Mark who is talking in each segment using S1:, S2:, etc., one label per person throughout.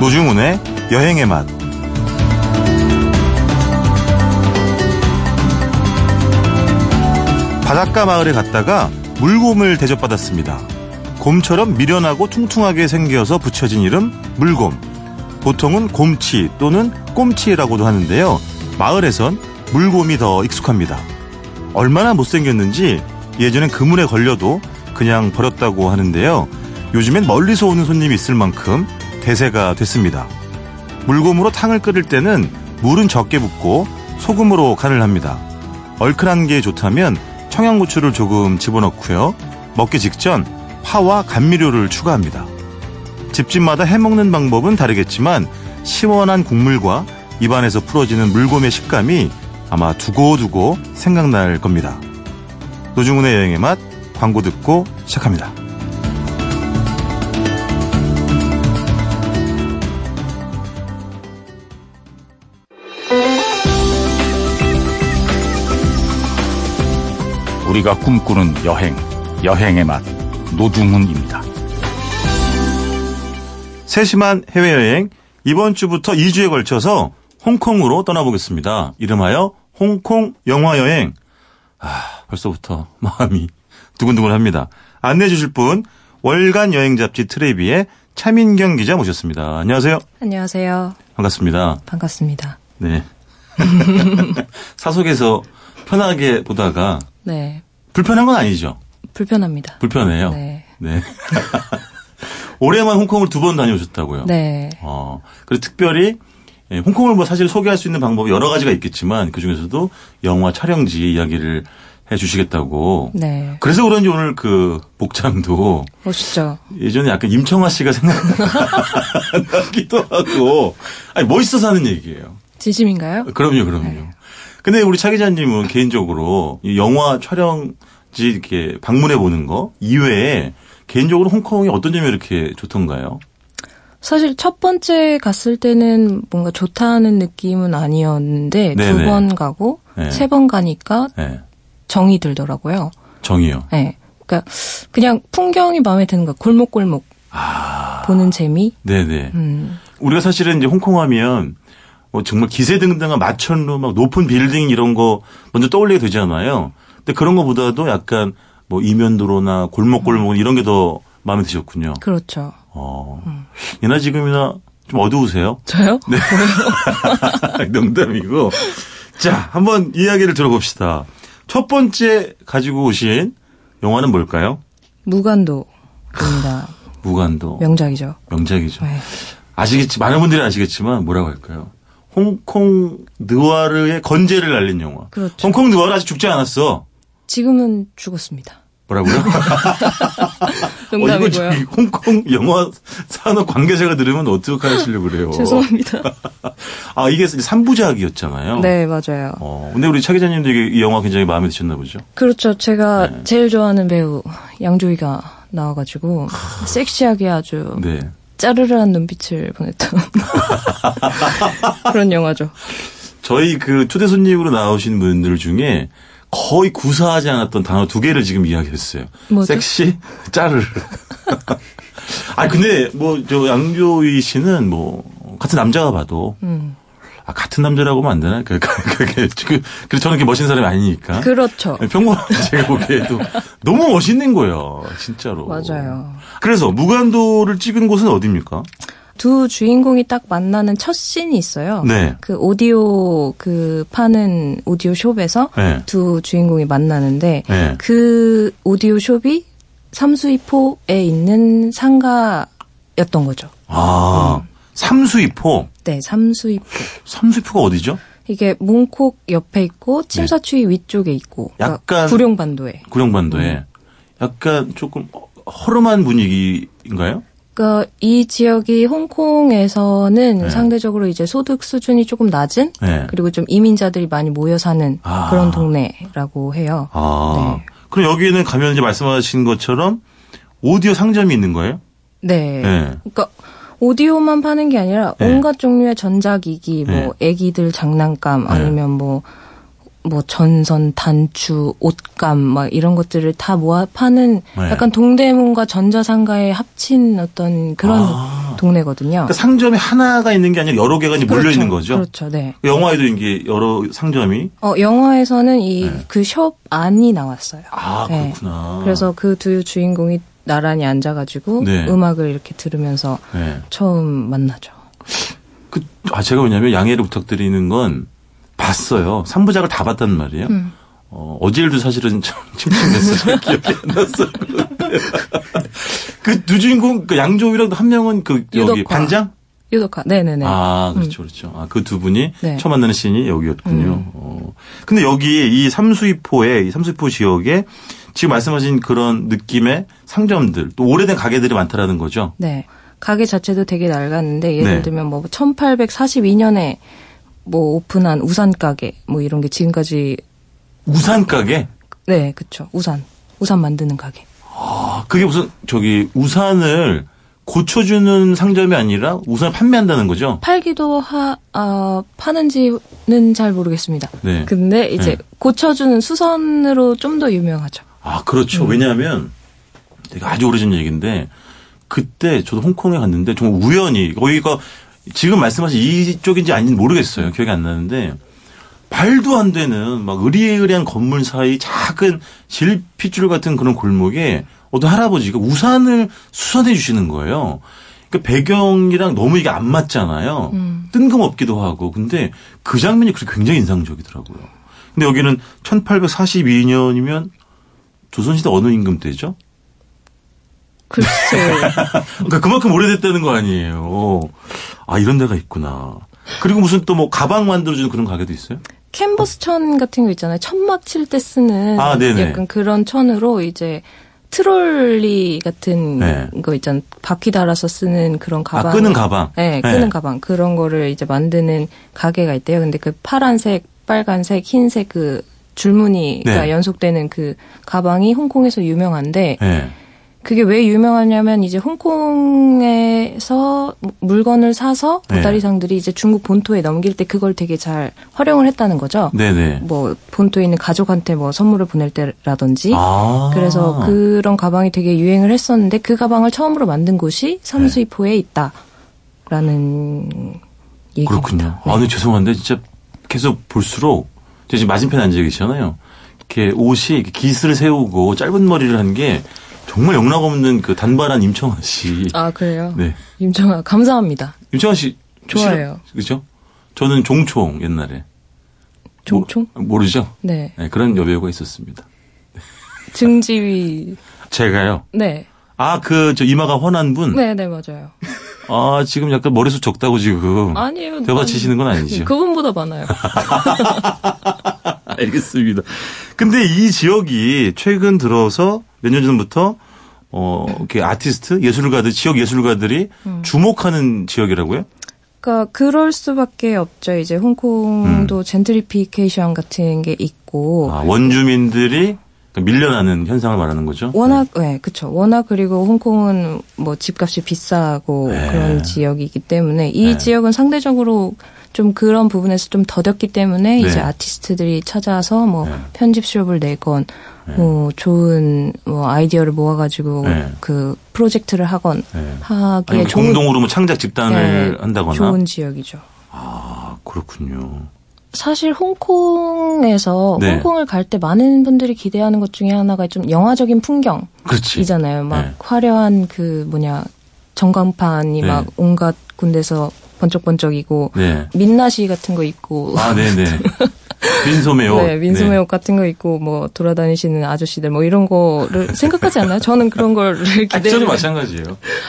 S1: 노중훈의 여행의 맛. 바닷가 마을에 갔다가 물곰을 대접받았습니다. 곰처럼 미련하고 퉁퉁하게 생겨서 붙여진 이름 물곰. 보통은 곰치 또는 꼼치라고도 하는데요. 마을에선 물곰이 더 익숙합니다. 얼마나 못생겼는지 예전엔 그물에 걸려도 그냥 버렸다고 하는데요. 요즘엔 멀리서 오는 손님이 있을 만큼 대세가 됐습니다. 물곰으로 탕을 끓일 때는 물은 적게 붓고 소금으로 간을 합니다. 얼큰한 게 좋다면 청양고추를 조금 집어넣고요. 먹기 직전 파와 감미료를 추가합니다. 집집마다 해먹는 방법은 다르겠지만 시원한 국물과 입안에서 풀어지는 물곰의 식감이 아마 두고두고 생각날 겁니다. 노중훈의 여행의 맛 광고 듣고 시작합니다.
S2: 우리가 꿈꾸는 여행, 여행의 맛, 노중훈입니다.
S1: 세심한 해외여행 이번 주부터 2주에 걸쳐서 홍콩으로 떠나보겠습니다. 이름하여 홍콩 영화여행. 아, 벌써부터 마음이 두근두근합니다. 안내해 주실 분 월간 여행 잡지 트레비의 차민경 기자 모셨습니다. 안녕하세요.
S3: 안녕하세요.
S1: 반갑습니다.
S3: 반갑습니다.
S1: 네. 사석에서 편하게 보다가
S3: 네.
S1: 불편한 건 아니죠.
S3: 불편합니다.
S1: 불편해요.
S3: 네.
S1: 네. 올해만 홍콩을 두 번 다녀오셨다고요.
S3: 네.
S1: 어, 그리고 특별히 예, 홍콩을 뭐 사실 소개할 수 있는 방법이 여러 가지가 있겠지만 그 중에서도 영화 촬영지 이야기를 해 주시겠다고.
S3: 네.
S1: 그래서 그런지 오늘 그 복장도
S3: 멋있죠?
S1: 예전에 약간 임청아 씨가 생각나기도 하고. 아니, 멋있어서 하는 얘기예요.
S3: 진심인가요?
S1: 그럼요, 그럼요. 근데 우리 차 기자님은 개인적으로 이 영화 촬영지 이렇게 방문해 보는 거 이외에 개인적으로 홍콩이 어떤 점이 이렇게 좋던가요?
S3: 사실 첫 번째 갔을 때는 뭔가 좋다는 느낌은 아니었는데
S1: 네네.
S3: 두 번 가고
S1: 네.
S3: 세 번 가니까
S1: 예.
S3: 정이 들더라고요.
S1: 정이요.
S3: 네. 그러니까 그냥 풍경이 마음에 드는 거 골목골목
S1: 아.
S3: 보는 재미.
S1: 네네.
S3: 음.
S1: 우리가 사실은 이제 홍콩 하면 뭐 정말 기세등등한 마천루 막 높은 빌딩 이런 거 먼저 떠올리게 되잖아요. 근데 그런 거보다도 약간 뭐 이면도로나 골목골목 이런 게 더 마음에 드셨군요.
S3: 그렇죠.
S1: 어. 예나 지금이나 좀 어두우세요?
S3: 저요?
S1: 네. 농담이고. 자, 한번 이야기를 들어봅시다. 첫 번째 가지고 오신 영화는 뭘까요?
S3: 무간도입니다.
S1: 어. 무간도.
S3: 명작이죠.
S1: 명작이죠.
S3: 네.
S1: 아시겠지 많은 분들이 아시겠지만 뭐라고 할까요? 홍콩 느와르의 건재를 날린 영화.
S3: 그렇죠.
S1: 홍콩 느와르 아직 죽지 않았어.
S3: 지금은 죽었습니다.
S1: 뭐라고요? 어, 이거
S3: 농담이고요.
S1: 저기 홍콩 영화 산업 관계자가 들으면 어떡하시려고 그래요.
S3: 죄송합니다.
S1: 아 이게 3부작이었잖아요.
S3: 네, 맞아요.
S1: 어, 근데 우리 차 기자님도 이게- 이 영화 굉장히 마음에 드셨나 보죠.
S3: 그렇죠. 제가
S1: 네.
S3: 제일 좋아하는 배우 양조위가 나와가지고 섹시하게 아주
S1: 아. 네.
S3: 짜르르한 눈빛을 보냈던 그런 영화죠.
S1: 저희 그 초대 손님으로 나오신 분들 중에 거의 구사하지 않았던 단어 두 개를 지금 이야기했어요.
S3: 뭐죠?
S1: 섹시, 짜르르. 아 근데 뭐 저 양조위 씨는 뭐 같은 남자가 봐도
S3: 음.
S1: 아 같은 남자라고 하면 안 되나? 그, 그, 그, 지금 그래 저는 이렇게 멋있는 사람이 아니니까.
S3: 그렇죠.
S1: 평범한 제가 보기에도 너무 멋있는 거예요, 진짜로.
S3: 맞아요.
S1: 그래서 무간도를 찍은 곳은 어디입니까?
S3: 두 주인공이 딱 만나는 첫 씬이 있어요.
S1: 네.
S3: 그 오디오 그 파는 오디오 숍에서
S1: 네.
S3: 두 주인공이 만나는데
S1: 네.
S3: 그 오디오 숍이 삼수이포에 있는 상가였던 거죠.
S1: 아 삼수이포.
S3: 네, 삼수이포.
S1: 삼수이포가 어디죠?
S3: 이게 문콕 옆에 있고 침사추이 위쪽에 있고 그러니까
S1: 네. 약간-
S3: 구룡반도에
S1: 구룡반도에
S3: 음.
S1: 약간 조금 허름한 분위기인가요?
S3: 그러니까 이 지역이 홍콩에서는
S1: 네.
S3: 상대적으로 이제 소득 수준이 조금 낮은
S1: 네.
S3: 그리고 좀 이민자들이 많이 모여 사는
S1: 아.
S3: 그런 동네라고 해요.
S1: 아.
S3: 네.
S1: 그럼 여기에는 가면 이제 말씀하신 것처럼 오디오 상점이 있는 거예요?
S3: 네.
S1: 네.
S3: 그러니까 오디오만 파는 게 아니라
S1: 네. 예.
S3: 온갖 종류의 전자기기, 뭐 애기들 장난감
S1: 네.
S3: 아니면 뭐 뭐 전선, 단추, 옷감 막 이런 것들을 다 모아 파는
S1: 네.
S3: 약간 동대문과 전자상가의 합친 어떤 그런
S1: 아.
S3: 동네거든요.
S1: 그러니까 상점이 하나가 있는 게 아니라 여러 개가 이제 몰려 있는 거죠.
S3: 그렇죠. 네.
S1: 영화에도 이게 여러 상점이
S3: 어, 영화에서는 이 그 숍 안이 나왔어요.
S1: 예. 아
S3: 네.
S1: 그렇구나.
S3: 그래서 그 두 주인공이 나란히 앉아가지고
S1: 네.
S3: 음악을 이렇게 들으면서
S1: 네.
S3: 처음 만나죠.
S1: 그, 아, 제가 왜냐면 양해를 부탁드리는 건 봤어요. 3부작을 다 봤단 말이에요.
S3: 음.
S1: 어, 어제일도 사실은 참 침침했어요. 기억이 안 났어요. 그 두 주인공, 그 양조위랑 한 명은 그, 여기,
S3: 유덕화.
S1: 반장?
S3: 유독하, 네네네. 음.
S1: 아, 그렇죠, 그렇죠. 아, 그 두 분이
S3: 네. 음.
S1: 처음 만나는 씬이 여기였군요. 어. 근데 여기 이 삼수이포에, 이 삼수이포 지역에 지금 말씀하신 그런 느낌의 상점들, 또 오래된 가게들이 많다라는 거죠.
S3: 네. 가게 자체도 되게 낡았는데 예를
S1: 네.
S3: 들면 뭐 1842년에 뭐 오픈한 우산 가게 뭐 이런 게 지금까지
S1: 우산 가게?
S3: 네, 그쵸. 우산. 우산 만드는 가게.
S1: 그게 무슨 저기 우산을 고쳐주는 상점이 아니라 우산을 판매한다는 거죠.
S3: 팔기도 하, 아, 파는지는 잘 모르겠습니다.
S1: 네.
S3: 근데
S1: 네.
S3: 이제 고쳐주는 수선으로 좀 더 유명하죠.
S1: 아 그렇죠. 왜냐하면 되게 아주 오래전 얘기인데 그때 저도 홍콩에 갔는데 정말 우연히 거기가 지금 말씀하신 이쪽인지 아닌지 모르겠어요. 기억이 안 나는데 말도 안 되는 막 의리의리한 건물 사이 작은 실핏줄 같은 그런 골목에 어떤 할아버지가 우산을 수선해 주시는 거예요. 그러니까 배경이랑 너무 이게 안 맞잖아요. 뜬금없기도 하고. 근데 그 장면이 그렇게 굉장히 인상적이더라고요. 근데 여기는 1842년이면 조선시대 어느 임금 때죠?
S3: 글쎄요.
S1: 그러니까 그만큼 오래됐다는 거 아니에요. 아, 이런 데가 있구나. 그리고 무슨 또 뭐 가방 만들어주는 그런 가게도 있어요?
S3: 캔버스 천 같은 거 있잖아요. 천막 칠 때 쓰는
S1: 아, 네네.
S3: 약간 그런 천으로 이제 트롤리 같은
S1: 네.
S3: 거 있잖아요. 바퀴 달아서 쓰는 그런 가방.
S1: 아, 끄는 가방.
S3: 네, 끄는 가방 그런 거를 이제 만드는 가게가 있대요. 근데 그 파란색, 빨간색, 흰색 그 줄무늬가
S1: 네.
S3: 연속되는 그 가방이 홍콩에서 유명한데
S1: 네.
S3: 그게 왜 유명하냐면 이제 홍콩에서 물건을 사서
S1: 네.
S3: 보따리상들이 이제 중국 본토에 넘길 때 그걸 되게 잘 활용을 했다는 거죠.
S1: 네네.
S3: 뭐 본토에 있는 가족한테 뭐 선물을 보낼 때라든지
S1: 아.
S3: 그래서 그런 가방이 되게 유행을 했었는데 그 가방을 처음으로 만든 곳이 삼수이포에
S1: 네.
S3: 있다라는 얘기입니다. 네.
S1: 그렇군요. 아, 근데 죄송한데 진짜 계속 볼수록 제가 지금 맞은편에 앉아 계시잖아요. 이렇게 옷이 이렇게 기스를 세우고 짧은 머리를 한 게 정말 영락없는 그 단발한 임청아 씨.
S3: 아 그래요.
S1: 네. 뭐?
S3: 임정아 감사합니다.
S1: 임청아 씨
S3: 좋아요.
S1: 그죠? 저는 종총 옛날에
S3: 종총?
S1: 모- 모르죠?
S3: 네.
S1: 네, 그런 여배우가 있었습니다.
S3: 증지위.
S1: 제가요.
S3: 네.
S1: 아, 그, 저, 이마가 훤한 분?
S3: 네, 네, 맞아요.
S1: 아, 지금 약간 머리숱 적다고 지금.
S3: 아니에요.
S1: 음.
S3: 네,
S1: 대화 치시는 건 아니죠?
S3: 그분보다 많아요.
S1: 알겠습니다. 근데 이 지역이 최근 들어서 몇 년 전부터 어, 이렇게 아티스트, 예술가들, 지역 예술가들이
S3: 음.
S1: 주목하는 지역이라고요?
S3: 그러니까 그럴 수밖에 없죠. 이제 홍콩도
S1: 음.
S3: 젠트리피케이션 같은 게 있고
S1: 아, 원주민들이 그러니까 밀려나는 현상을 말하는 거죠?
S3: 워낙 예, 그쵸 워낙 그리고 홍콩은 뭐 집값이 비싸고
S1: 네.
S3: 그런 지역이기 때문에 이
S1: 네.
S3: 지역은 상대적으로 좀 그런 부분에서 좀 더뎠기
S1: 네.
S3: 때문에 이제 아티스트들이 찾아서 뭐
S1: 네.
S3: 편집숍을 내건 뭐 좋은 뭐 아이디어를 모아가지고
S1: 네.
S3: 그 프로젝트를 하건
S1: 네.
S3: 하기에
S1: 아니면
S3: 좋은
S1: 공동으로 뭐 창작 집단을
S3: 예, 네,
S1: 한다거나.
S3: 좋은 지역이죠.
S1: 아, 그렇군요.
S3: 사실 홍콩에서
S1: 네.
S3: 홍콩을 갈 때 많은 분들이 기대하는 것 중에 하나가 좀 영화적인 풍경이잖아요.
S1: 그렇지.
S3: 막
S1: 네.
S3: 화려한 그 뭐냐 전광판이
S1: 네.
S3: 막 온갖 군데서 번쩍번쩍이고
S1: 네.
S3: 민낯이 같은 거 있고
S1: 아, 네네. 민소매 옷.
S3: 네, 민소매 옷 같은 거 입고 뭐 돌아다니시는 아저씨들 뭐 이런 거를 생각하지 않나요? 저는 그런 걸
S1: 아, 저도
S3: 기대를
S1: 마찬가지예요.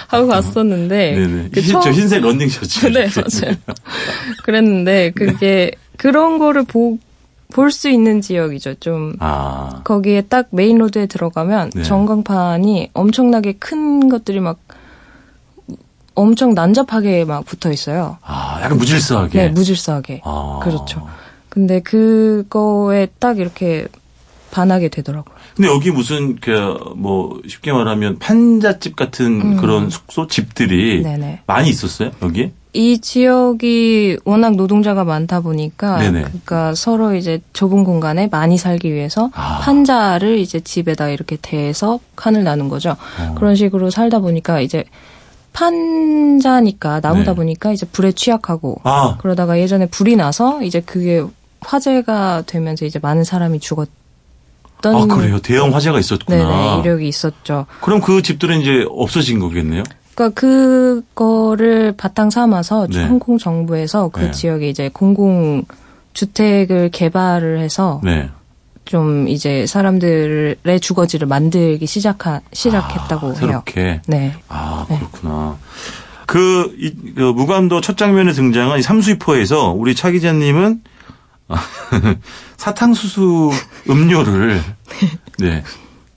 S3: 하고 갔었는데
S1: 네네.
S3: 그
S1: 흰-
S3: 처음-
S1: 저 흰색 런닝 셔츠.
S3: 네, 맞아요. 그랬는데 그게 그런 거를 볼 수 있는 지역이죠. 좀
S1: 아.
S3: 거기에 딱 메인 로드에 들어가면
S1: 네.
S3: 전광판이 엄청나게 큰 것들이 막 엄청 난잡하게 막 붙어 있어요.
S1: 아, 약간 무질서하게.
S3: 네, 무질서하게.
S1: 아.
S3: 그렇죠. 근데 그거에 딱 이렇게 반하게 되더라고요.
S1: 근데 여기 무슨 그 뭐 쉽게 말하면 판잣집 같은 그런 숙소 집들이
S3: 음. 네네.
S1: 많이 있었어요 여기?
S3: 이 지역이 워낙 노동자가 많다 보니까
S1: 네네.
S3: 그러니까 서로 이제 좁은 공간에 많이 살기 위해서
S2: 아.
S3: 판자를 이제 집에다 이렇게 대서 칸을 나눈 거죠.
S2: 어.
S3: 그런 식으로 살다 보니까 이제 판자니까 나무다
S1: 네.
S3: 보니까 이제 불에 취약하고
S1: 아,
S3: 그러다가 예전에 불이 나서 이제 그게 화재가 되면서 이제 많은 사람이 죽었던
S1: 아 그래요. 대형 화재가 있었구나.
S3: 네네 이력이 있었죠.
S1: 그럼 그 집들은 이제 없어진 거겠네요.
S3: 그러니까 그거를 바탕 삼아서
S1: 네.
S3: 홍콩 정부에서 그
S1: 네.
S3: 지역에 이제 공공 주택을 개발을 해서
S1: 네.
S3: 좀 이제 사람들의 주거지를 만들기 시작하 시작했다고
S1: 아,
S3: 해요.
S1: 새롭게.
S3: 네.
S1: 아
S3: 네.
S1: 그렇구나. 그, 이, 그 무감도 첫 장면에 등장한 이 삼수이포에서 우리 차 기자님은 사탕수수 음료를 네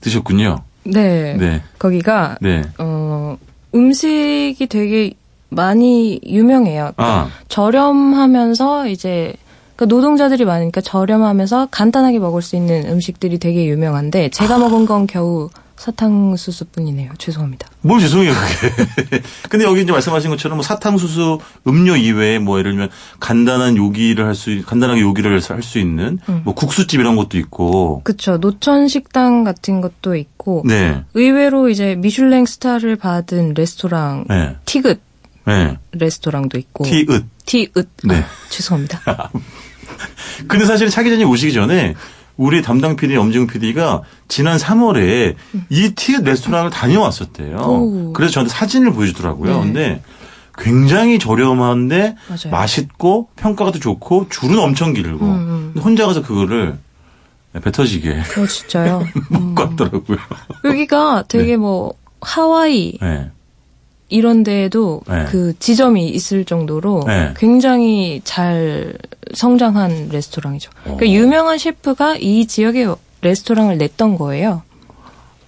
S1: 드셨군요.
S3: 네.
S1: 네,
S3: 거기가
S1: 네.
S3: 어 음식이 되게 많이 유명해요.
S1: 아,
S3: 저렴하면서 이제 그러니까 노동자들이 많으니까 저렴하면서 간단하게 먹을 수 있는 음식들이 되게 유명한데 제가 먹은 건 겨우 사탕수수뿐이네요. 죄송합니다.
S1: 뭘 죄송해요 그게. 근데 여기 이제 말씀하신 것처럼 뭐 사탕수수 음료 이외에 뭐 예를 들면 간단한 요기를 할 수 간단하게 요기를 할 수 있는
S3: 음.
S1: 뭐 국수집 이런 것도 있고.
S3: 그쵸. 노천 식당 같은 것도 있고
S1: 네,
S3: 의외로 이제 미슐랭 스타를 받은 레스토랑
S1: 네,
S3: 티긋
S1: 네.
S3: 레스토랑도 있고
S1: 티읒.
S3: 티읒 아,
S1: 네.
S3: 죄송합니다.
S1: 근데 사실 차 기자님 오시기 전에 우리 담당 PD 엄지웅 PD가 지난 3월에 이 티읕 레스토랑을 다녀왔었대요.
S3: 음. 오.
S1: 그래서 저한테 사진을 보여주더라고요.
S3: 네.
S1: 근데 굉장히 저렴한데
S3: 맞아요.
S1: 맛있고 평가가 또 좋고 줄은 엄청 길고
S3: 음, 음.
S1: 근데 혼자 가서 그거를 뱉어지게
S3: 어 진짜요. 음.
S1: 먹고 왔더라고요.
S3: 여기가 되게
S1: 네.
S3: 뭐 하와이
S1: 네.
S3: 이런 데에도
S1: 네.
S3: 그 지점이 있을 정도로
S1: 네.
S3: 굉장히 잘 성장한 레스토랑이죠. 그러니까
S1: 오.
S3: 유명한 셰프가 이 지역에 레스토랑을 냈던 거예요.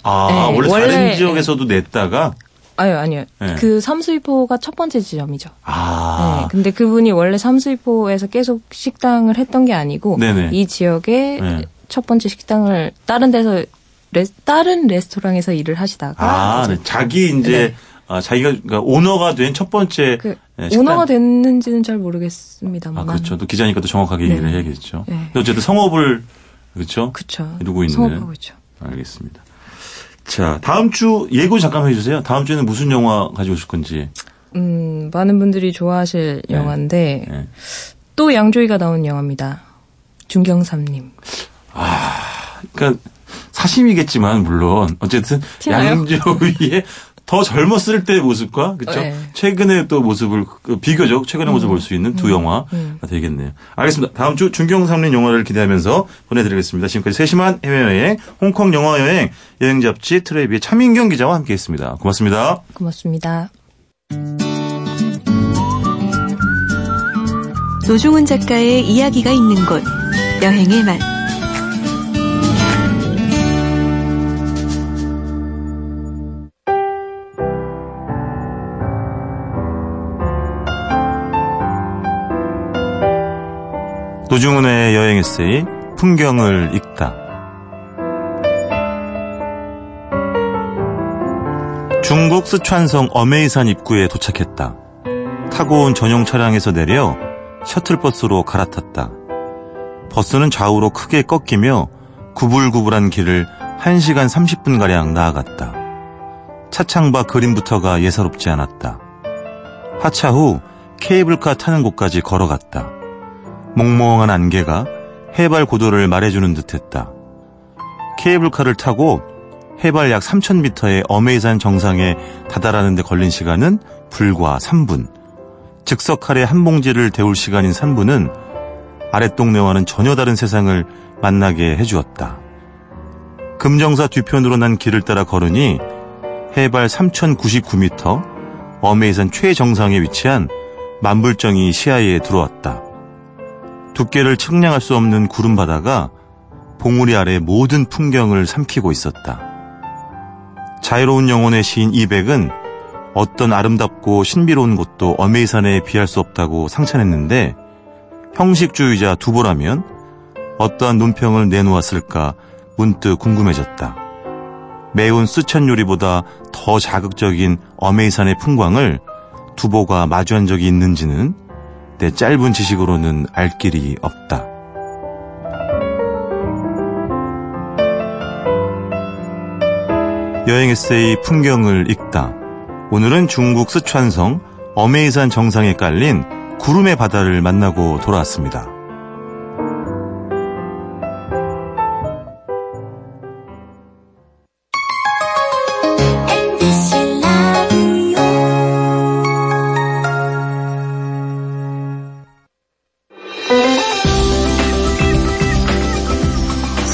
S1: 아
S3: 네,
S1: 원래, 다른
S3: 원래-
S1: 지역에서도 냈다가
S3: 아유, 아니요.
S1: 네.
S3: 그 삼수이포가 첫 번째 지점이죠. 네,
S1: 아
S3: 근데 그분이 원래 삼수이포에서 계속 식당을 했던 게 아니고
S1: 네네.
S3: 이 지역에
S1: 네.
S3: 첫 번째 식당을 다른 데서 레, 다른 레스토랑에서 일을 하시다가
S1: 아,
S3: 이제
S1: 네. 자기 이제
S3: 그 네.
S1: 아, 자기가 그러니까 오너가 된 첫 번째
S3: 그
S1: 네, 식당.
S3: 오너가 됐는지는 잘 모르겠습니다만
S1: 아, 그렇죠. 또 기자니까 또 정확하게
S3: 네.
S1: 얘기를 해야겠죠.
S3: 네.
S1: 근데 어쨌든 성업을 그렇죠.
S3: 그쵸.
S1: 이루고 있는.
S3: 성업하고 있죠.
S1: 알겠습니다. 자, 다음 주 예고 잠깐 해주세요. 다음 주에는 무슨 영화 가지고 오실 건지.
S3: 음, 많은 분들이 좋아하실
S1: 네.
S3: 영화인데
S1: 예.
S3: 또 양조위가 나온 영화입니다. 중경삼님.
S1: 그러니까 사심이겠지만 물론 어쨌든
S3: 티나요?
S1: 양조위의 더 젊었을 때 모습과 그렇죠.
S3: 네.
S1: 최근의 또 모습을 그 비교적 최근의 모습을 볼 수 있는
S3: 음.
S1: 두 영화가 되겠네요. 알겠습니다. 다음 주 준경삼림 영화를 기대하면서 보내드리겠습니다. 지금까지 세심한 해외여행, 홍콩 영화 여행, 여행 잡지 트레비의 차민경 기자와 함께했습니다. 고맙습니다.
S3: 고맙습니다.
S4: 노중훈 작가의 이야기가 있는 곳 여행의 맛
S1: 노중훈의 여행 에세이 풍경을 읽다. 중국 스촨성 어메이산 입구에 도착했다. 타고 온 전용 차량에서 내려 셔틀버스로 갈아탔다. 버스는 좌우로 크게 꺾이며 구불구불한 길을 1시간 30분가량 나아갔다. 차창과 그림부터가 예사롭지 않았다. 하차 후 케이블카 타는 곳까지 걸어갔다. 몽롱한 안개가 해발 고도를 말해주는 듯했다. 케이블카를 타고 해발 약 3,000m의 어메이산 정상에 다다라는데 걸린 시간은 불과 3분. 즉석칼에 한 봉지를 데울 시간인 3분은 아랫동네와는 전혀 다른 세상을 만나게 해주었다. 금정사 뒤편으로 난 길을 따라 걸으니 해발 3,099m 어메이산 최정상에 위치한 만불정이 시야에 들어왔다. 두께를 측량할 수 없는 구름 바다가 봉우리 아래 모든 풍경을 삼키고 있었다. 자유로운 영혼의 시인 이백은 어떤 아름답고 신비로운 곳도 어메이산에 비할 수 없다고 상찬했는데 형식주의자 두보라면 어떠한 논평을 내놓았을까 문득 궁금해졌다. 매운 쓰촨 요리보다 더 자극적인 어메이산의 풍광을 두보가 마주한 적이 있는지는 내 네, 짧은 지식으로는 알 길이 없다. 여행 에세이 풍경을 읽다. 오늘은 중국 스촨성 어메이산 정상에 깔린 구름의 바다를 만나고 돌아왔습니다.
S5: MBC 라디오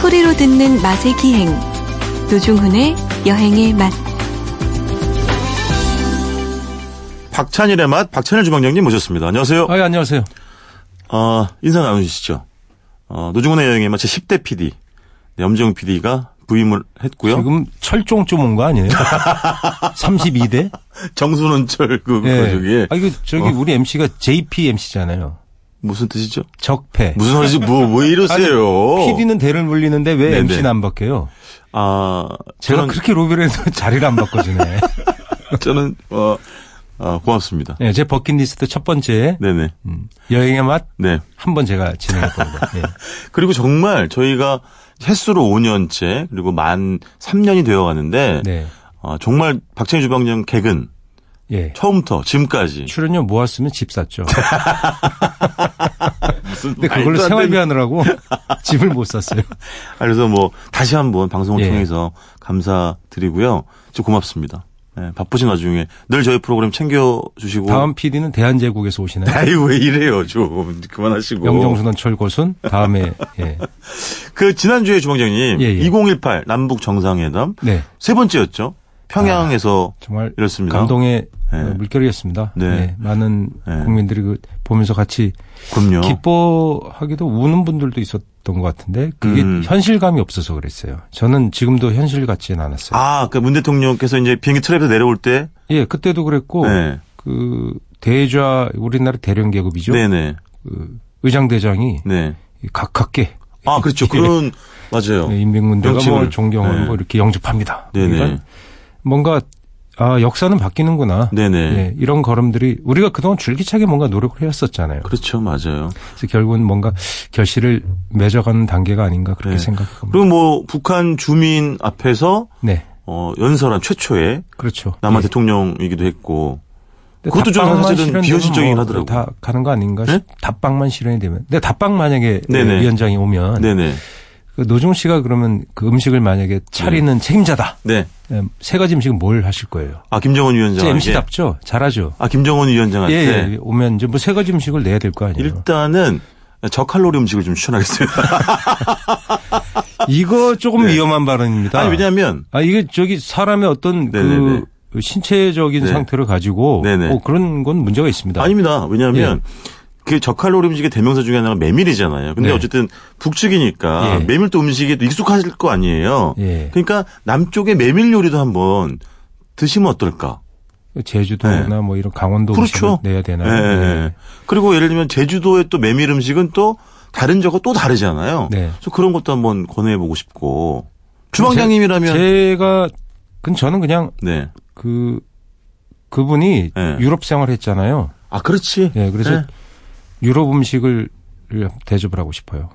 S4: 소리로 듣는 맛의 기행. 노중훈의 여행의 맛.
S1: 박찬일의 맛, 박찬일 주방장님 모셨습니다. 안녕하세요.
S2: 아, 예, 안녕하세요.
S1: 어, 인사 나누시죠. 어, 노중훈의 여행에 마치 10대 PD, 염정 PD가 부임을 했고요.
S2: 지금 철종쯤 온 거 아니에요? 32대?
S1: 정순원철 그, 그 저기
S2: 아, 이거 저기 우리 MC가 JPMC잖아요.
S1: 무슨 뜻이죠?
S2: 적폐.
S1: 무슨 소리지? 뭐, 왜 이러세요?
S2: PD는 대를 물리는데 왜
S1: 네네.
S2: MC는 안 바뀌어요?
S1: 아,
S2: 제가
S1: 저는,
S2: 그렇게 로비를 해서 자리를 안 바꿔주네.
S1: 저는, 어, 아, 고맙습니다.
S2: 네, 제 버킷리스트 첫 번째
S1: 네네.
S2: 음, 여행의 맛
S1: 네.
S2: 한 번 제가 진행해 봅니다. 예.
S1: 그리고 정말 저희가 횟수로 5년째, 그리고 만 3년이 되어 가는데,
S2: 네.
S1: 아, 정말 박찬희 주방장 객은
S2: 예.
S1: 처음부터 지금까지.
S2: 출연료 모았으면 집 샀죠.
S1: 무슨 말도
S2: 근데 네, 그걸로
S1: 안
S2: 생활비
S1: 되는-
S2: 하느라고 집을 못 샀어요.
S1: 아, 그래서 뭐, 다시 한번 방송을
S2: 예.
S1: 통해서 감사드리고요. 저 고맙습니다. 네, 바쁘신 와중에 늘 저희 프로그램 챙겨주시고.
S2: 다음 PD는 대한제국에서 오시나요?
S1: 뭐. 아이, 왜 이래요, 좀. 그만하시고.
S2: 영정순원 철고순 다음에 예.
S1: 그 지난주에 주방장님
S2: 예, 예.
S1: 2018 남북 정상회담
S2: 네
S1: 세 번째였죠. 평양에서
S2: 정말
S1: 이렇습니다.
S2: 감동의
S1: 예.
S2: 어, 물결이었습니다.
S1: 네.
S2: 예, 많은
S1: 예.
S2: 국민들이 그 보면서 같이
S1: 그럼요.
S2: 기뻐하기도 우는 분들도 있었던 것 같은데 그게
S1: 음.
S2: 현실감이 없어서 그랬어요. 저는 지금도 현실 같지는 않았어요.
S1: 아, 그 문 대통령께서 이제 비행기 트랩에서 내려올 때
S2: 예, 그때도 그랬고
S1: 네.
S2: 그 대좌 우리나라 대령 계급이죠.
S1: 네, 네.
S2: 그 의장 대장이
S1: 네.
S2: 가깝게
S1: 아,
S2: 예.
S1: 그렇죠. 그런 맞아요.
S2: 네, 인민군대가 뭐
S1: 명칭을.
S2: 존경을
S1: 어. 네.
S2: 뭐 이렇게 영접합니다.
S1: 네네.
S2: 그러니까 뭔가 아 역사는 바뀌는구나.
S1: 네네.
S2: 예, 이런 걸음들이 우리가 그동안 줄기차게 뭔가 노력을 해왔었잖아요.
S1: 그렇죠. 맞아요.
S2: 그래서 결국은 뭔가 결실을 맺어가는 단계가 아닌가 그렇게
S1: 네.
S2: 생각합니다.
S1: 그리고 뭐 북한 주민 앞에서
S2: 네,
S1: 어, 연설한 최초의
S2: 그렇죠.
S1: 남한
S2: 예.
S1: 대통령이기도 했고
S2: 근데
S1: 그것도 저는
S2: 답방만
S1: 사실은
S2: 실현되면
S1: 비현실적이긴
S2: 뭐
S1: 하더라고요.
S2: 다 가는 거 아닌가?
S1: 네?
S2: 답방만 실현이 되면. 근데 답방 만약에 그
S1: 네네.
S2: 위원장이 오면
S1: 네, 네.
S2: 그 노중 씨가 그러면 그 음식을 만약에 차리는 책임자다.
S1: 네.
S2: 예, 세 가지 음식은 뭘 하실 거예요?
S1: 아, 김정은
S2: 제
S1: 위원장.
S2: MC답죠. 잘하죠.
S1: 아, 김정은 위원장한테
S2: 예, 예, 예. 오면 이제 뭐 세 가지 음식을 내야 될 거 아니에요.
S1: 어. 일단은 저칼로리 음식을 좀 추천하겠습니다.
S2: 이거 조금
S1: 네.
S2: 위험한 발언입니다.
S1: 아니, 왜냐면
S2: 아, 이게 저기 사람의 어떤
S1: 네네네.
S2: 그 신체적인
S1: 네.
S2: 상태를 가지고
S1: 네네.
S2: 뭐 그런 건 문제가 있습니다.
S1: 아닙니다. 왜냐하면
S2: 예.
S1: 그 저칼로리 음식의 대명사 중에 하나가 메밀이잖아요. 근데
S2: 네.
S1: 어쨌든 북측이니까
S2: 예.
S1: 메밀도 음식에 또 익숙하실 거 아니에요.
S2: 예.
S1: 그러니까 남쪽의 메밀 요리도 한번 드시면 어떨까?
S2: 제주도나
S1: 네.
S2: 뭐 이런 강원도
S1: 그렇죠.
S2: 음식을 내야 되나.
S1: 예.
S2: 네.
S1: 그리고 예를 들면 제주도의 또 메밀 음식은 또 다른 저거 또 다르잖아요.
S2: 네.
S1: 그래서 그런 것도 한번 권해보고 싶고 주방장님이라면
S2: 제가 근 저는 그냥
S1: 네.
S2: 그 그분이
S1: 네.
S2: 유럽 생활했잖아요.
S1: 아 그렇지.
S2: 예, 그래서
S1: 네.
S2: 유럽 음식을 대접을 하고 싶어요.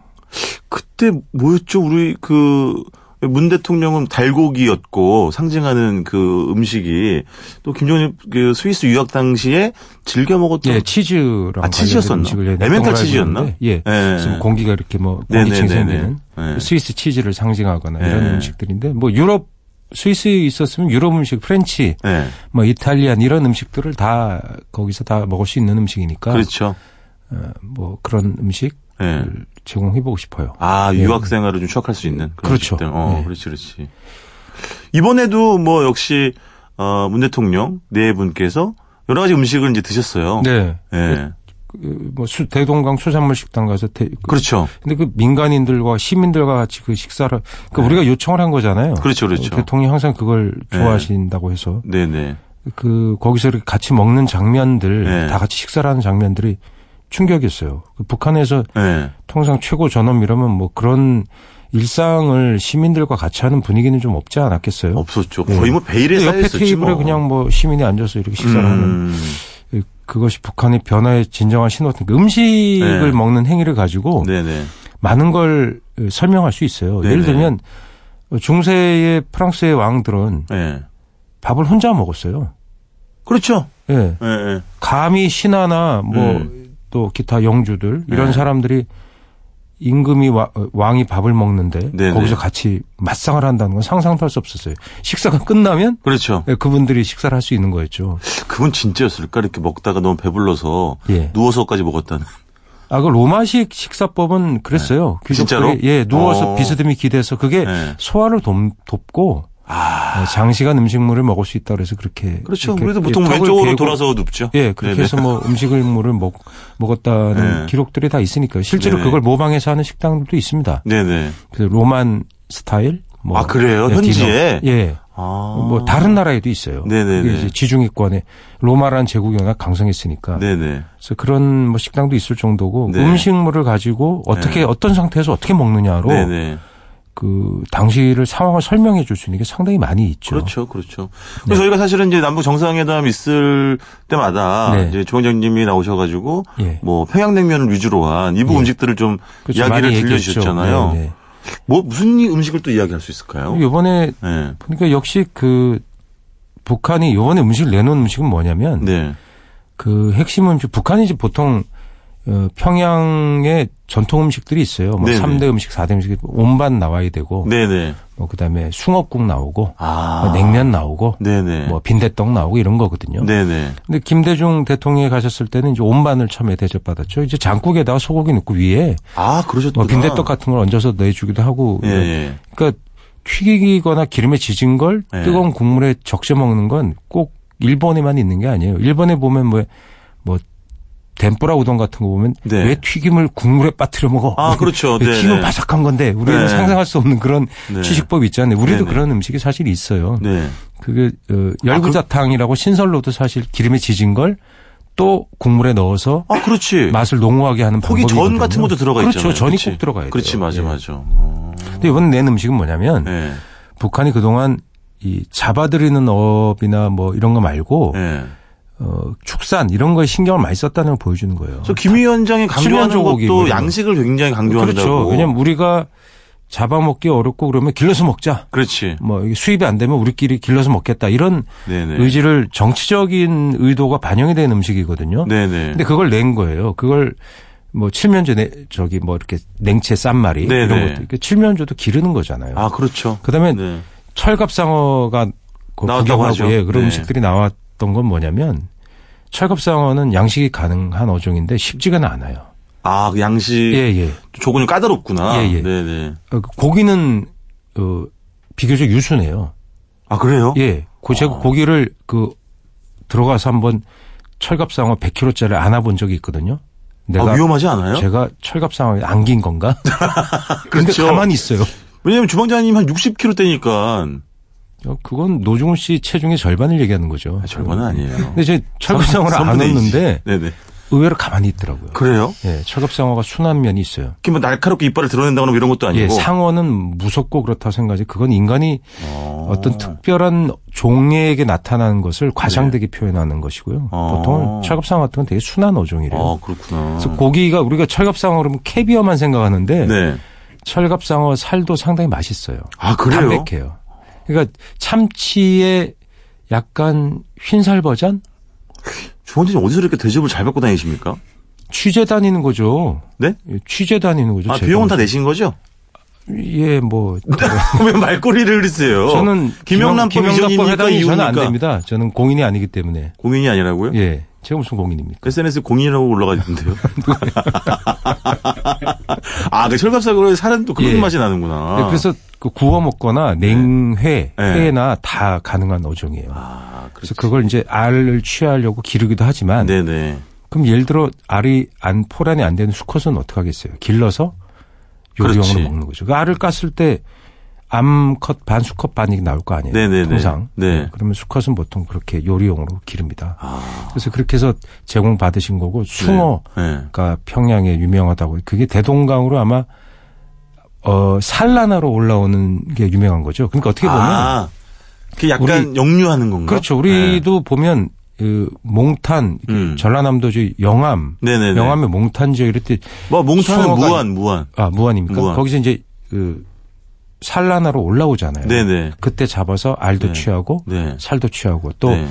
S1: 그때 뭐였죠? 우리 그, 문 대통령은 달고기였고 상징하는 그 음식이 또 김정일 그 스위스 유학 당시에 즐겨 먹었던
S2: 예, 치즈랑
S1: 아, 치즈였었나?
S2: 관련된 음식을 예,
S1: 에멘탈
S2: 냈던 걸로 알고
S1: 치즈였나?
S2: 있는데, 예. 그래서 공기가 이렇게 뭐 공기
S1: 네네네네.
S2: 생성되는
S1: 네.
S2: 스위스 치즈를 상징하거나 이런
S1: 네.
S2: 음식들인데 뭐 유럽 스위스에 있었으면 유럽 음식, 프렌치,
S1: 예.
S2: 뭐 이탈리안 이런 음식들을 다 거기서 다 먹을 수 있는 음식이니까
S1: 그렇죠.
S2: 어, 뭐 그런 음식을
S1: 예.
S2: 제공해 보고 싶어요.
S1: 아,
S2: 네.
S1: 유학 생활을 좀 추억할 수 있는 그런
S2: 그렇죠.
S1: 음식들. 어,
S2: 네.
S1: 그렇지, 그렇지. 이번에도 뭐 역시 어, 문 대통령 네 분께서 여러 가지 음식을 이제 드셨어요.
S2: 네.
S1: 예.
S2: 그뭐 수, 대동강 수산물 식당 가서 대, 그,
S1: 그렇죠.
S2: 근데 그 민간인들과 시민들과 같이 그 식사를 그 우리가 요청을 한 거잖아요.
S1: 네. 그렇죠, 그렇죠.
S2: 어, 대통령이 항상 그걸
S1: 네.
S2: 좋아하신다고 해서
S1: 네, 네.
S2: 그 거기서 이렇게 같이 먹는 장면들
S1: 네.
S2: 다 같이 식사를 하는 장면들이 충격이었어요. 그 북한에서
S1: 예.
S2: 통상 최고 전업 이러면 뭐 그런 일상을 시민들과 같이 하는 분위기는 좀 없지 않았겠어요?
S1: 없었죠. 거의 뭐 베일에
S2: 근데
S1: 쌓여
S2: 예. 옆에
S1: 있었지
S2: 테이블에
S1: 뭐.
S2: 그냥 뭐 시민이 앉아서 이렇게 식사를 하는
S1: 음.
S2: 예, 그것이 북한의 변화의 진정한 신호등. 그 음식을
S1: 네.
S2: 먹는 행위를 가지고
S1: 네네.
S2: 많은 걸 설명할 수 있어요. 예를
S1: 네네.
S2: 들면 중세의 프랑스의 왕들은
S1: 예.
S2: 밥을 혼자 먹었어요.
S1: 그렇죠.
S2: 예.
S1: 예, 예.
S2: 감히 신하나 뭐
S1: 음.
S2: 또 기타 영주들 이런
S1: 네.
S2: 사람들이 임금이 와- 어, 왕이 밥을 먹는데
S1: 네네.
S2: 거기서 같이 맞상을 한다는 건 상상도 할 수 없었어요. 식사가 끝나면
S1: 그렇죠.
S2: 예, 그분들이 식사를 할 수 있는 거였죠.
S1: 그건 진짜였을까? 이렇게 먹다가 너무 배불러서
S2: 예.
S1: 누워서까지 먹었다는.
S2: 아, 그 로마식 식사법은 그랬어요.
S1: 네. 진짜로?
S2: 귀족들이 예, 누워서
S1: 어.
S2: 비스듬히 기대서 그게
S1: 예.
S2: 소화를 돕, 돕고
S1: 아,
S2: 예, 장시간 음식물을 먹을 수 있다 그래서 그렇게
S1: 그렇죠.
S2: 이렇게
S1: 우리도
S2: 예,
S1: 보통
S2: 턱을
S1: 왼쪽으로
S2: 베고
S1: 돌아서 눕죠.
S2: 예, 그렇게
S1: 네네.
S2: 해서 뭐 음식물을 먹, 먹었다는
S1: 네.
S2: 기록들이 다 있으니까요. 실제로
S1: 네네.
S2: 그걸 모방해서 하는 식당들도 있습니다.
S1: 네네.
S2: 그래서 로만 스타일. 뭐
S1: 아, 그래요?
S2: 예,
S1: 현지에?
S2: 디너. 예.
S1: 아.
S2: 뭐 다른 나라에도 있어요.
S1: 네네네.
S2: 그게 이제 지중해권에 로마라는 제국이 워낙 강성했으니까.
S1: 네네.
S2: 그래서 그런 뭐 식당도 있을 정도고
S1: 네.
S2: 음식물을 가지고 어떻게
S1: 네.
S2: 어떤 상태에서 어떻게 먹느냐로
S1: 네네.
S2: 그 당시를 상황을 설명해 줄 수 있는 게 상당히 많이 있죠.
S1: 그렇죠, 그렇죠. 그래서 저희가 사실은 이제 남북 정상회담 있을 때마다
S2: 네.
S1: 이제 조원장님이 나오셔가지고
S2: 예.
S1: 뭐 평양냉면을 위주로 한 이북 음식들을 좀
S2: 그렇죠.
S1: 이야기를
S2: 많이 얘기했죠.
S1: 들려주셨잖아요.
S2: 네,
S1: 뭐 무슨 이 음식을 또 이야기할 수 있을까요?
S2: 네. 이번에
S1: 네,
S2: 그러니까 역시 그 북한이 요번에 음식을 내놓은 음식은 뭐냐면
S1: 네,
S2: 그 핵심 음식 북한이 이제 보통 어, 평양의 전통 음식들이 있어요. 뭐
S1: 네네.
S2: 삼 3대 음식, 4대 음식 온반 나와야 되고
S1: 네, 네.
S2: 뭐 그다음에 숭어국 나오고 뭐
S1: 아,
S2: 냉면 나오고
S1: 네, 네,
S2: 뭐 빈대떡 나오고 이런 거거든요.
S1: 네, 네.
S2: 근데 김대중 대통령이 가셨을 때는 이제 온반을 처음에 대접받았죠. 이제 장국에다가 소고기 넣고 위에
S1: 아,
S2: 뭐
S1: 그러셨구나.
S2: 빈대떡 같은 걸 얹어서 내주기도 하고
S1: 예, 예.
S2: 그러니까 튀기거나 기름에 지진 걸
S1: 네.
S2: 뜨거운 국물에 적셔 먹는 건 꼭 일본에만 있는 게 아니에요. 일본에 보면 뭐, 뭐, 덴뿌라 우동 같은 거 보면
S1: 네.
S2: 왜 튀김을 국물에 빠뜨려 먹어?
S1: 아, 그렇죠.
S2: 왜
S1: 네,
S2: 튀김은
S1: 네.
S2: 바삭한 건데 우리는
S1: 네.
S2: 상상할 수 없는 그런
S1: 네.
S2: 취식법이 있잖아요.
S1: 네,
S2: 우리도
S1: 네.
S2: 그런 음식이 사실 있어요.
S1: 네.
S2: 그게 어, 열구자탕이라고 신설로도 사실 기름에 지진 걸 또 국물에 넣어서
S1: 아, 그렇지.
S2: 맛을 농후하게 하는
S1: 거기
S2: 방법이거든요.
S1: 전 같은 것도 들어가
S2: 그렇죠.
S1: 있잖아요.
S2: 전이
S1: 그렇지.
S2: 꼭 들어가야 돼요.
S1: 그렇지, 맞아,
S2: 예.
S1: 맞아. 어.
S2: 근데 이번에 낸 음식은 뭐냐면
S1: 네,
S2: 북한이 그동안 이 잡아들이는 업이나 뭐 이런 거 말고
S1: 네.
S2: 어, 축산 이런 거에 신경을 많이 썼다는 걸 보여주는 거예요.
S1: 그래서 김 위원장이 강조하는
S2: 조각이
S1: 것도
S2: 이거는.
S1: 양식을 굉장히 강조한다고.
S2: 그렇죠. 왜냐면 우리가 잡아먹기 어렵고 그러면 길러서 먹자.
S1: 그렇지.
S2: 뭐 이게 수입이 안 되면 우리끼리 길러서 먹겠다 이런
S1: 네네.
S2: 의지를 정치적인 의도가 반영이 된 음식이거든요.
S1: 네네.
S2: 근데 그걸 낸 거예요. 그걸 뭐 칠면조 내, 저기 뭐 이렇게 냉채 쌈말이
S1: 네네.
S2: 이런 것도 이렇게 칠면조도 기르는 거잖아요.
S1: 아, 그렇죠.
S2: 그다음에
S1: 네.
S2: 철갑상어가 그
S1: 나왔다고
S2: 구경하고,
S1: 하죠.
S2: 예, 그런
S1: 네.
S2: 음식들이 나왔던 건 뭐냐면 철갑상어는 양식이 가능한 어종인데 쉽지가 않아요.
S1: 아, 그 양식.
S2: 예, 예.
S1: 조금 까다롭구나.
S2: 예, 예.
S1: 네네.
S2: 어, 그 고기는 어, 비교적 유순해요.
S1: 아, 그래요?
S2: 예. 그
S1: 아.
S2: 제가 고기를 그 들어가서 한번 철갑상어 100kg짜리 안아본 적이 있거든요. 내가
S1: 아, 위험하지 않아요?
S2: 제가 철갑상어에 안긴 건가? 근데
S1: 그렇죠.
S2: 가만히 있어요.
S1: 왜냐면 주방장님 한 60kg 되니까.
S2: 어, 그건 노중훈 씨 체중의 절반을 얘기하는 거죠.
S1: 아, 절반은 아니에요.
S2: 근데 제 철갑상어를
S1: 삼-
S2: 안
S1: 삼분의
S2: 넣는데
S1: 이지. 네네.
S2: 의외로 가만히 있더라고요.
S1: 그래요?
S2: 예, 철갑상어가 순한 면이 있어요.
S1: 이렇게 뭐 날카롭게 이빨을 드러낸다거나 뭐 이런 것도 아니고.
S2: 예, 상어는 무섭고 그렇다 생각하지. 그건 인간이
S1: 어.
S2: 어떤 특별한 종에게 나타나는 것을 과장되게 표현하는 것이고요.
S1: 네. 어.
S2: 보통은 철갑상어 같은 건 되게 순한 어종이래요.
S1: 아, 그렇구나.
S2: 그래서 고기가 우리가 철갑상어 그러면 캐비어만 생각하는데
S1: 네.
S2: 철갑상어 살도 상당히 맛있어요.
S1: 아, 그래요?
S2: 담백해요. 그러니까 참치의 약간 흰살 버전?
S1: 주방장님 어디서 이렇게 대접을 잘 받고 다니십니까?
S2: 취재 다니는 거죠. 예,
S1: 네?
S2: 취재 다니는 거죠.
S1: 아,
S2: 제가.
S1: 비용은 다 내신 거죠?
S2: 예, 뭐
S1: 왜 말꼬리를 쓰세요?
S2: 저는
S1: 그렇죠. 김영란법
S2: 김영- 김영란법
S1: 위전이니까
S2: 해당이 저는 안
S1: 이유니까.
S2: 됩니다. 저는 공인이 아니기 때문에.
S1: 공인이 아니라고요?
S2: 예. 제가 무슨 공인입니까?
S1: SNS 공인이라고 올라가 있는데요. 아, 그 철갑사고의 살은 또 그런
S2: 예.
S1: 맛이 나는구나.
S2: 네, 그래서 그 구워 먹거나 냉회,
S1: 아. 네.
S2: 회나 다 가능한 어종이에요.
S1: 아, 그래서
S2: 그래서 그걸 이제 알을 취하려고 기르기도 하지만
S1: 네네.
S2: 그럼 예를 들어 알이 안 포란이 안 되는 수컷은 어떻게 하겠어요? 길러서
S1: 그렇지.
S2: 요리용으로 먹는 거죠. 그 알을 깠을 때 암컷 반 수컷 반이 나올 거 아니에요.
S1: 네네네.
S2: 통상. 예,
S1: 네.
S2: 그러면 수컷은 보통 그렇게 요리용으로 기릅니다. 그래서 그렇게 해서 제공 받으신 거고 숭어
S1: 아. 네.
S2: 가 평양에 유명하다고 그게 대동강으로 아마 어 산란하러 올라오는 게 유명한 거죠. 그러니까 어떻게 보면 그렇죠.
S1: 아, 그 약간
S2: 우리-
S1: 역류하는 건가? 네.
S2: 그렇죠. 우리도 보면 그 몽탄, 그
S1: 음.
S2: 전라남도지 영암,
S1: 네네네.
S2: 영암의 몽탄 지역 이럴 때
S1: 뭐 몽탄은
S2: 수어가-
S1: 무한 무한.
S2: 아, 무안입니까?
S1: 무안.
S2: 거기서 이제 그 산란하러 올라오잖아요.
S1: 네네.
S2: 그때 잡아서 알도
S1: 네.
S2: 취하고
S1: 네.
S2: 살도 취하고 또
S1: 네.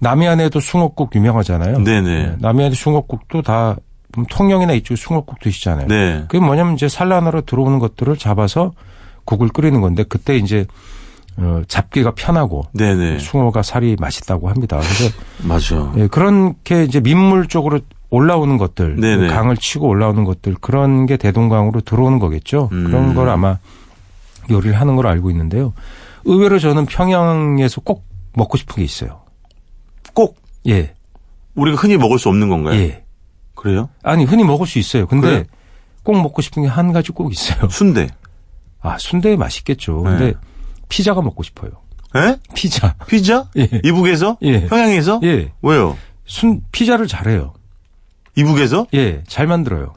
S2: 남해안에도 숭어국 유명하잖아요.
S1: 네네.
S2: 남해안 숭어국도 다 보면 통영이나 이쪽 숭어국 드시잖아요.
S1: 네.
S2: 그게 뭐냐면 이제 산란하러 들어오는 것들을 잡아서 국을 끓이는 건데 그때 이제 어, 잡기가 편하고
S1: 네네.
S2: 숭어가 살이 맛있다고 합니다. 그래서
S1: 맞아.
S2: 예, 그렇게 이제 민물 쪽으로 올라오는 것들,
S1: 네네.
S2: 그 강을 치고 올라오는 것들 그런 게 대동강으로 들어오는 거겠죠.
S1: 음.
S2: 그런 걸 아마 요리를 하는 걸 알고 있는데요. 의외로 저는 평양에서 꼭 먹고 싶은 게 있어요.
S1: 꼭
S2: 예,
S1: 우리가 흔히 먹을 수 없는 건가요?
S2: 예.
S1: 그래요?
S2: 아니 흔히 먹을 수 있어요. 근데
S1: 그래요?
S2: 꼭 먹고 싶은 게 한 가지 꼭 있어요.
S1: 순대.
S2: 아 순대 맛있겠죠.
S1: 네.
S2: 근데 피자가 먹고 싶어요.
S1: 에?
S2: 피자.
S1: 예? 피자?
S2: 예.
S1: 이북에서?
S2: 예.
S1: 평양에서?
S2: 예,
S1: 왜요?
S2: 순 피자를 잘해요.
S1: 이북에서?
S2: 예, 잘 만들어요.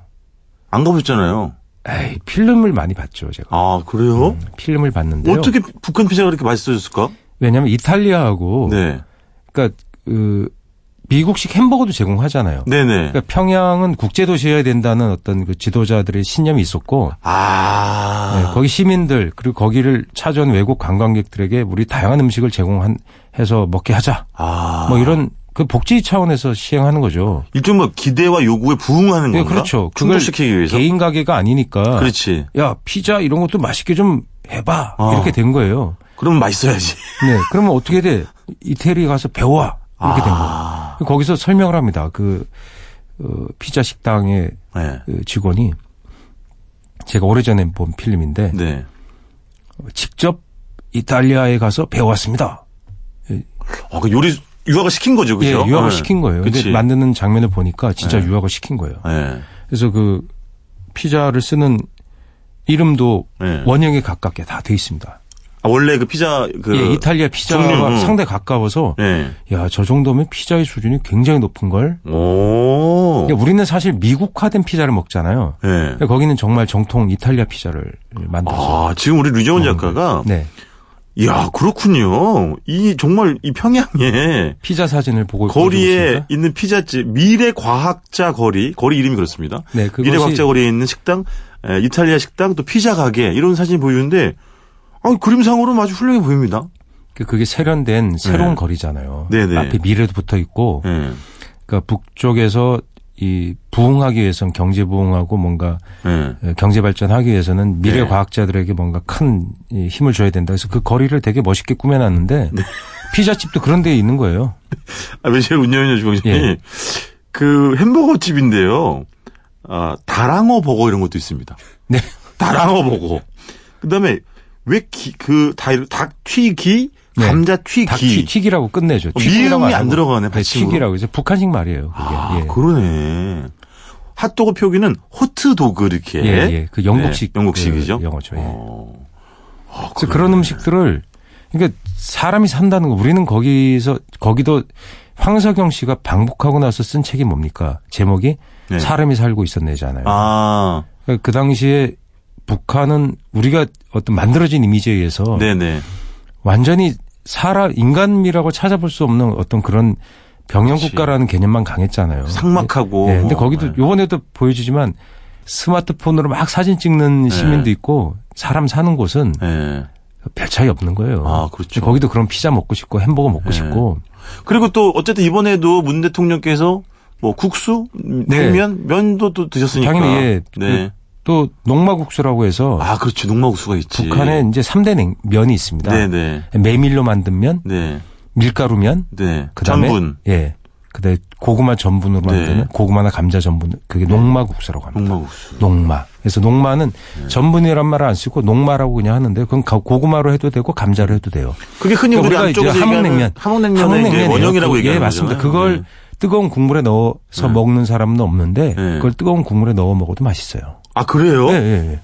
S1: 안 가보셨잖아요.
S2: 에이, 필름을 많이 봤죠, 제가. 음,
S1: 아, 그래요?
S2: 필름을 봤는데요.
S1: 어떻게 북한 피자가 그렇게 맛있어졌을까?
S2: 왜냐하면 이탈리아하고
S1: 네.
S2: 그러니까 그 미국식 햄버거도 제공하잖아요.
S1: 네네.
S2: 그러니까 평양은 국제 도시여야 된다는 어떤 그 지도자들의 신념이 있었고
S1: 아.
S2: 네, 거기 시민들 그리고 거기를 찾아온 외국 관광객들에게 우리 다양한 음식을 제공한 해서 먹게 하자.
S1: 아.
S2: 뭐 이런 그 복지 차원에서 시행하는 거죠.
S1: 일종의 뭐 기대와 요구에 부응하는
S2: 예,
S1: 건가?
S2: 그렇죠. 그걸
S1: 충족시키기 위해서.
S2: 개인 가게가 아니니까
S1: 그렇지.
S2: 야 피자 이런 것도 맛있게 좀 해봐
S1: 어.
S2: 이렇게 된 거예요.
S1: 그럼 맛있어야지.
S2: 네, 그러면 어떻게 돼? 이태리 가서 배워 이렇게 된 거예요.
S1: 아.
S2: 거기서 설명을 합니다. 그 어, 피자 식당의
S1: 네.
S2: 그 직원이 제가 오래전에 본 필름인데
S1: 네.
S2: 직접 이탈리아에 가서 배워왔습니다.
S1: 아, 그 요리 유학을 시킨 거죠, 그죠?
S2: 예, 유학을
S1: 네.
S2: 시킨 거예요.
S1: 그치.
S2: 근데 만드는 장면을 보니까 진짜 유학을 시킨 거예요.
S1: 네.
S2: 그래서 그 피자를 쓰는 이름도
S1: 네.
S2: 원형에 가깝게 다 돼 있습니다.
S1: 아, 원래 그 피자 그
S2: 예, 이탈리아 피자와
S1: 종류, 음.
S2: 상당히 가까워서
S1: 네.
S2: 야, 저 정도면 피자의 수준이 굉장히 높은 걸.
S1: 오.
S2: 그러니까 우리는 사실 미국화된 피자를 먹잖아요.
S1: 네.
S2: 근데 거기는 정말 정통 이탈리아 피자를 만들어서.
S1: 아, 지금 우리 류정훈 작가가
S2: 네.
S1: 이야, 그렇군요. 이 정말 이 평양에
S2: 피자 사진을 보고
S1: 거리에
S2: 보여주고 있습니다.
S1: 있는 피자집 미래 과학자 거리 거리 이름이 그렇습니다.
S2: 네, 그것이-
S1: 미래 과학자 거리에 있는 식당, 에, 이탈리아 식당 또 피자 가게 이런 사진 보이는데 아, 그림상으로는 아주 훌륭해 보입니다.
S2: 그- 그게 세련된 새로운
S1: 네.
S2: 거리잖아요.
S1: 네네.
S2: 앞에 미래도 붙어 있고
S1: 예.
S2: 그러니까 북쪽에서 이 부흥하기 위해선 경제 부흥하고 뭔가
S1: 예.
S2: 에, 어, 경제 발전하기 위해서는 미래
S1: 네.
S2: 과학자들에게 뭔가 큰 이, 힘을 줘야 된다. 그래서 그 거리를 되게 멋있게 꾸며놨는데
S1: 네.
S2: 피자집도 그런 데에 있는 거예요.
S1: 아, 왜제 운영위원 주방장이
S2: 예.
S1: 그 햄버거 집인데요. 아, 다랑어 버거 이런 것도 있습니다.
S2: 네.
S1: 다랑어 버거. 그다음에 그 왜기그닭튀기
S2: 네.
S1: 감자
S2: 닭튀
S1: 튀기
S2: 튀기라고 끝내죠.
S1: 어,
S2: 튀기라고
S1: 미음이 안
S2: 하고.
S1: 들어가네,
S2: 네,
S1: 받침으로.
S2: 튀기라고 이제 북한식 말이에요. 그게.
S1: 아,
S2: 예.
S1: 그러네. 핫도그 표기는 호트도그 이렇게.
S2: 예, 예. 그 영국식
S1: 네, 영국식이죠.
S2: 그 영어죠, 예.
S1: 어. 아,
S2: 그래서 그런 음식들을 그러니까 사람이 산다는 거 우리는 거기서 거기도 황석영 씨가 방북하고 나서 쓴 책이 뭡니까? 제목이
S1: 네.
S2: 사람이 살고 있었네잖아요.
S1: 아,
S2: 그러니까 그 당시에 북한은 우리가 어떤 만들어진 이미지에 의해서
S1: 네네.
S2: 완전히 사람 인간미라고 찾아볼 수 없는 어떤 그런 병영
S1: 그렇지.
S2: 국가라는 개념만 강했잖아요.
S1: 상막하고.
S2: 네, 근데 거기도
S1: 네.
S2: 요번에도 보여주지만 스마트폰으로 막 사진 찍는 시민도
S1: 네.
S2: 있고 사람 사는 곳은
S1: 네.
S2: 별 차이 없는 거예요.
S1: 아, 그렇죠.
S2: 거기도 그런 피자 먹고 싶고 햄버거 먹고
S1: 네.
S2: 싶고
S1: 그리고 또 어쨌든 이번에도 문 대통령께서 뭐 국수,
S2: 네.
S1: 냉면, 면도 또 드셨으니까.
S2: 당연히 예.
S1: 그러니까. 네.
S2: 또 농마국수라고 해서
S1: 아, 그렇죠. 농마국수가 있지.
S2: 북한에 이제 3대 냉, 면이 있습니다.
S1: 네네.
S2: 메밀로 만든 면,
S1: 네.
S2: 밀가루 면,
S1: 네.
S2: 그다음에
S1: 전분.
S2: 예. 그다음에 고구마 전분으로
S1: 네.
S2: 만드는 고구마나 감자 전분 그게 농마국수라고 합니다.
S1: 농마국수. 네.
S2: 농마. 그래서 농마는 전분이란 말을 안 쓰고 농마라고 그냥 하는데 그건 가- 고구마로 해도 되고 감자로 해도 돼요.
S1: 그게 흔히 우리
S2: 그러니까 우리가 이제
S1: 안쪽에서
S2: 함흥냉면,
S1: 얘기하는 함흥냉면의 이제
S2: 함흥냉면이에요.
S1: 원형이라고
S2: 그-
S1: 얘기하는
S2: 예, 맞습니다.
S1: 거잖아요.
S2: 그걸 뜨거운 국물에 넣어서 먹는 사람은 없는데
S1: 네.
S2: 그걸 뜨거운 국물에 넣어 먹어도 맛있어요.
S1: 아, 그래요?
S2: 예, 예, 예.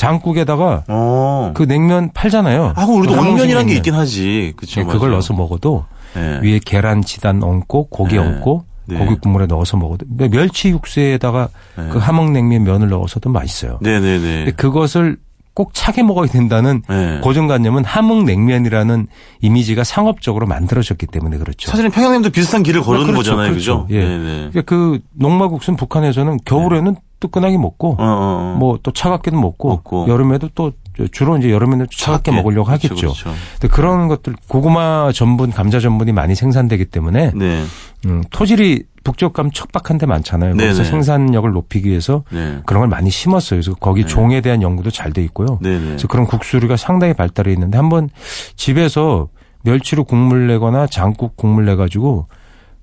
S2: 장국에다가
S1: 어.
S2: 그 냉면 팔잖아요.
S1: 아, 그럼 우리도
S2: 그
S1: 왕면이라는 게
S2: 냉면.
S1: 있긴 하지. 그쵸.
S2: 예, 그걸 넣어서 먹어도
S1: 예.
S2: 위에 계란 지단 얹고 고기
S1: 네.
S2: 얹고
S1: 네.
S2: 고기 국물에 넣어서 먹어도 며- 멸치 육수에다가
S1: 네.
S2: 그 함흥냉면 면을 넣어서도 맛있어요.
S1: 네네네.
S2: 근데 그것을 꼭 차게 먹어야 된다는
S1: 예.
S2: 고정관념은 함흥냉면이라는 이미지가 상업적으로 만들어졌기 때문에 그렇죠.
S1: 사실은 평양냉도 비슷한 길을 거르는
S2: 그렇죠,
S1: 거잖아요,
S2: 그렇죠.
S1: 그죠?
S2: 예.
S1: 네.
S2: 그러니까 그 농마국수는 북한에서는 겨울에는 뜨끈하게 먹고
S1: 어, 어, 어.
S2: 뭐 또 차갑게도 먹고,
S1: 먹고.
S2: 여름에도 또 주로 이제 여름에는 차갑게, 먹으려고 하겠죠.
S1: 그렇죠, 그렇죠.
S2: 근데 그런 것들 고구마 전분, 감자 전분이 많이 생산되기 때문에
S1: 네,
S2: 음, 토질이 북적감 척박한 데 많잖아요.
S1: 네네.
S2: 그래서 생산력을 높이기 위해서
S1: 네,
S2: 그런 걸 많이 심었어요. 그래서 거기
S1: 네.
S2: 종에 대한 연구도 잘 돼 있고요.
S1: 네, 네.
S2: 그래서 그런 국수류가 상당히 발달해 있는데 한번 집에서 멸치로 국물 내거나 장국 국물 내 가지고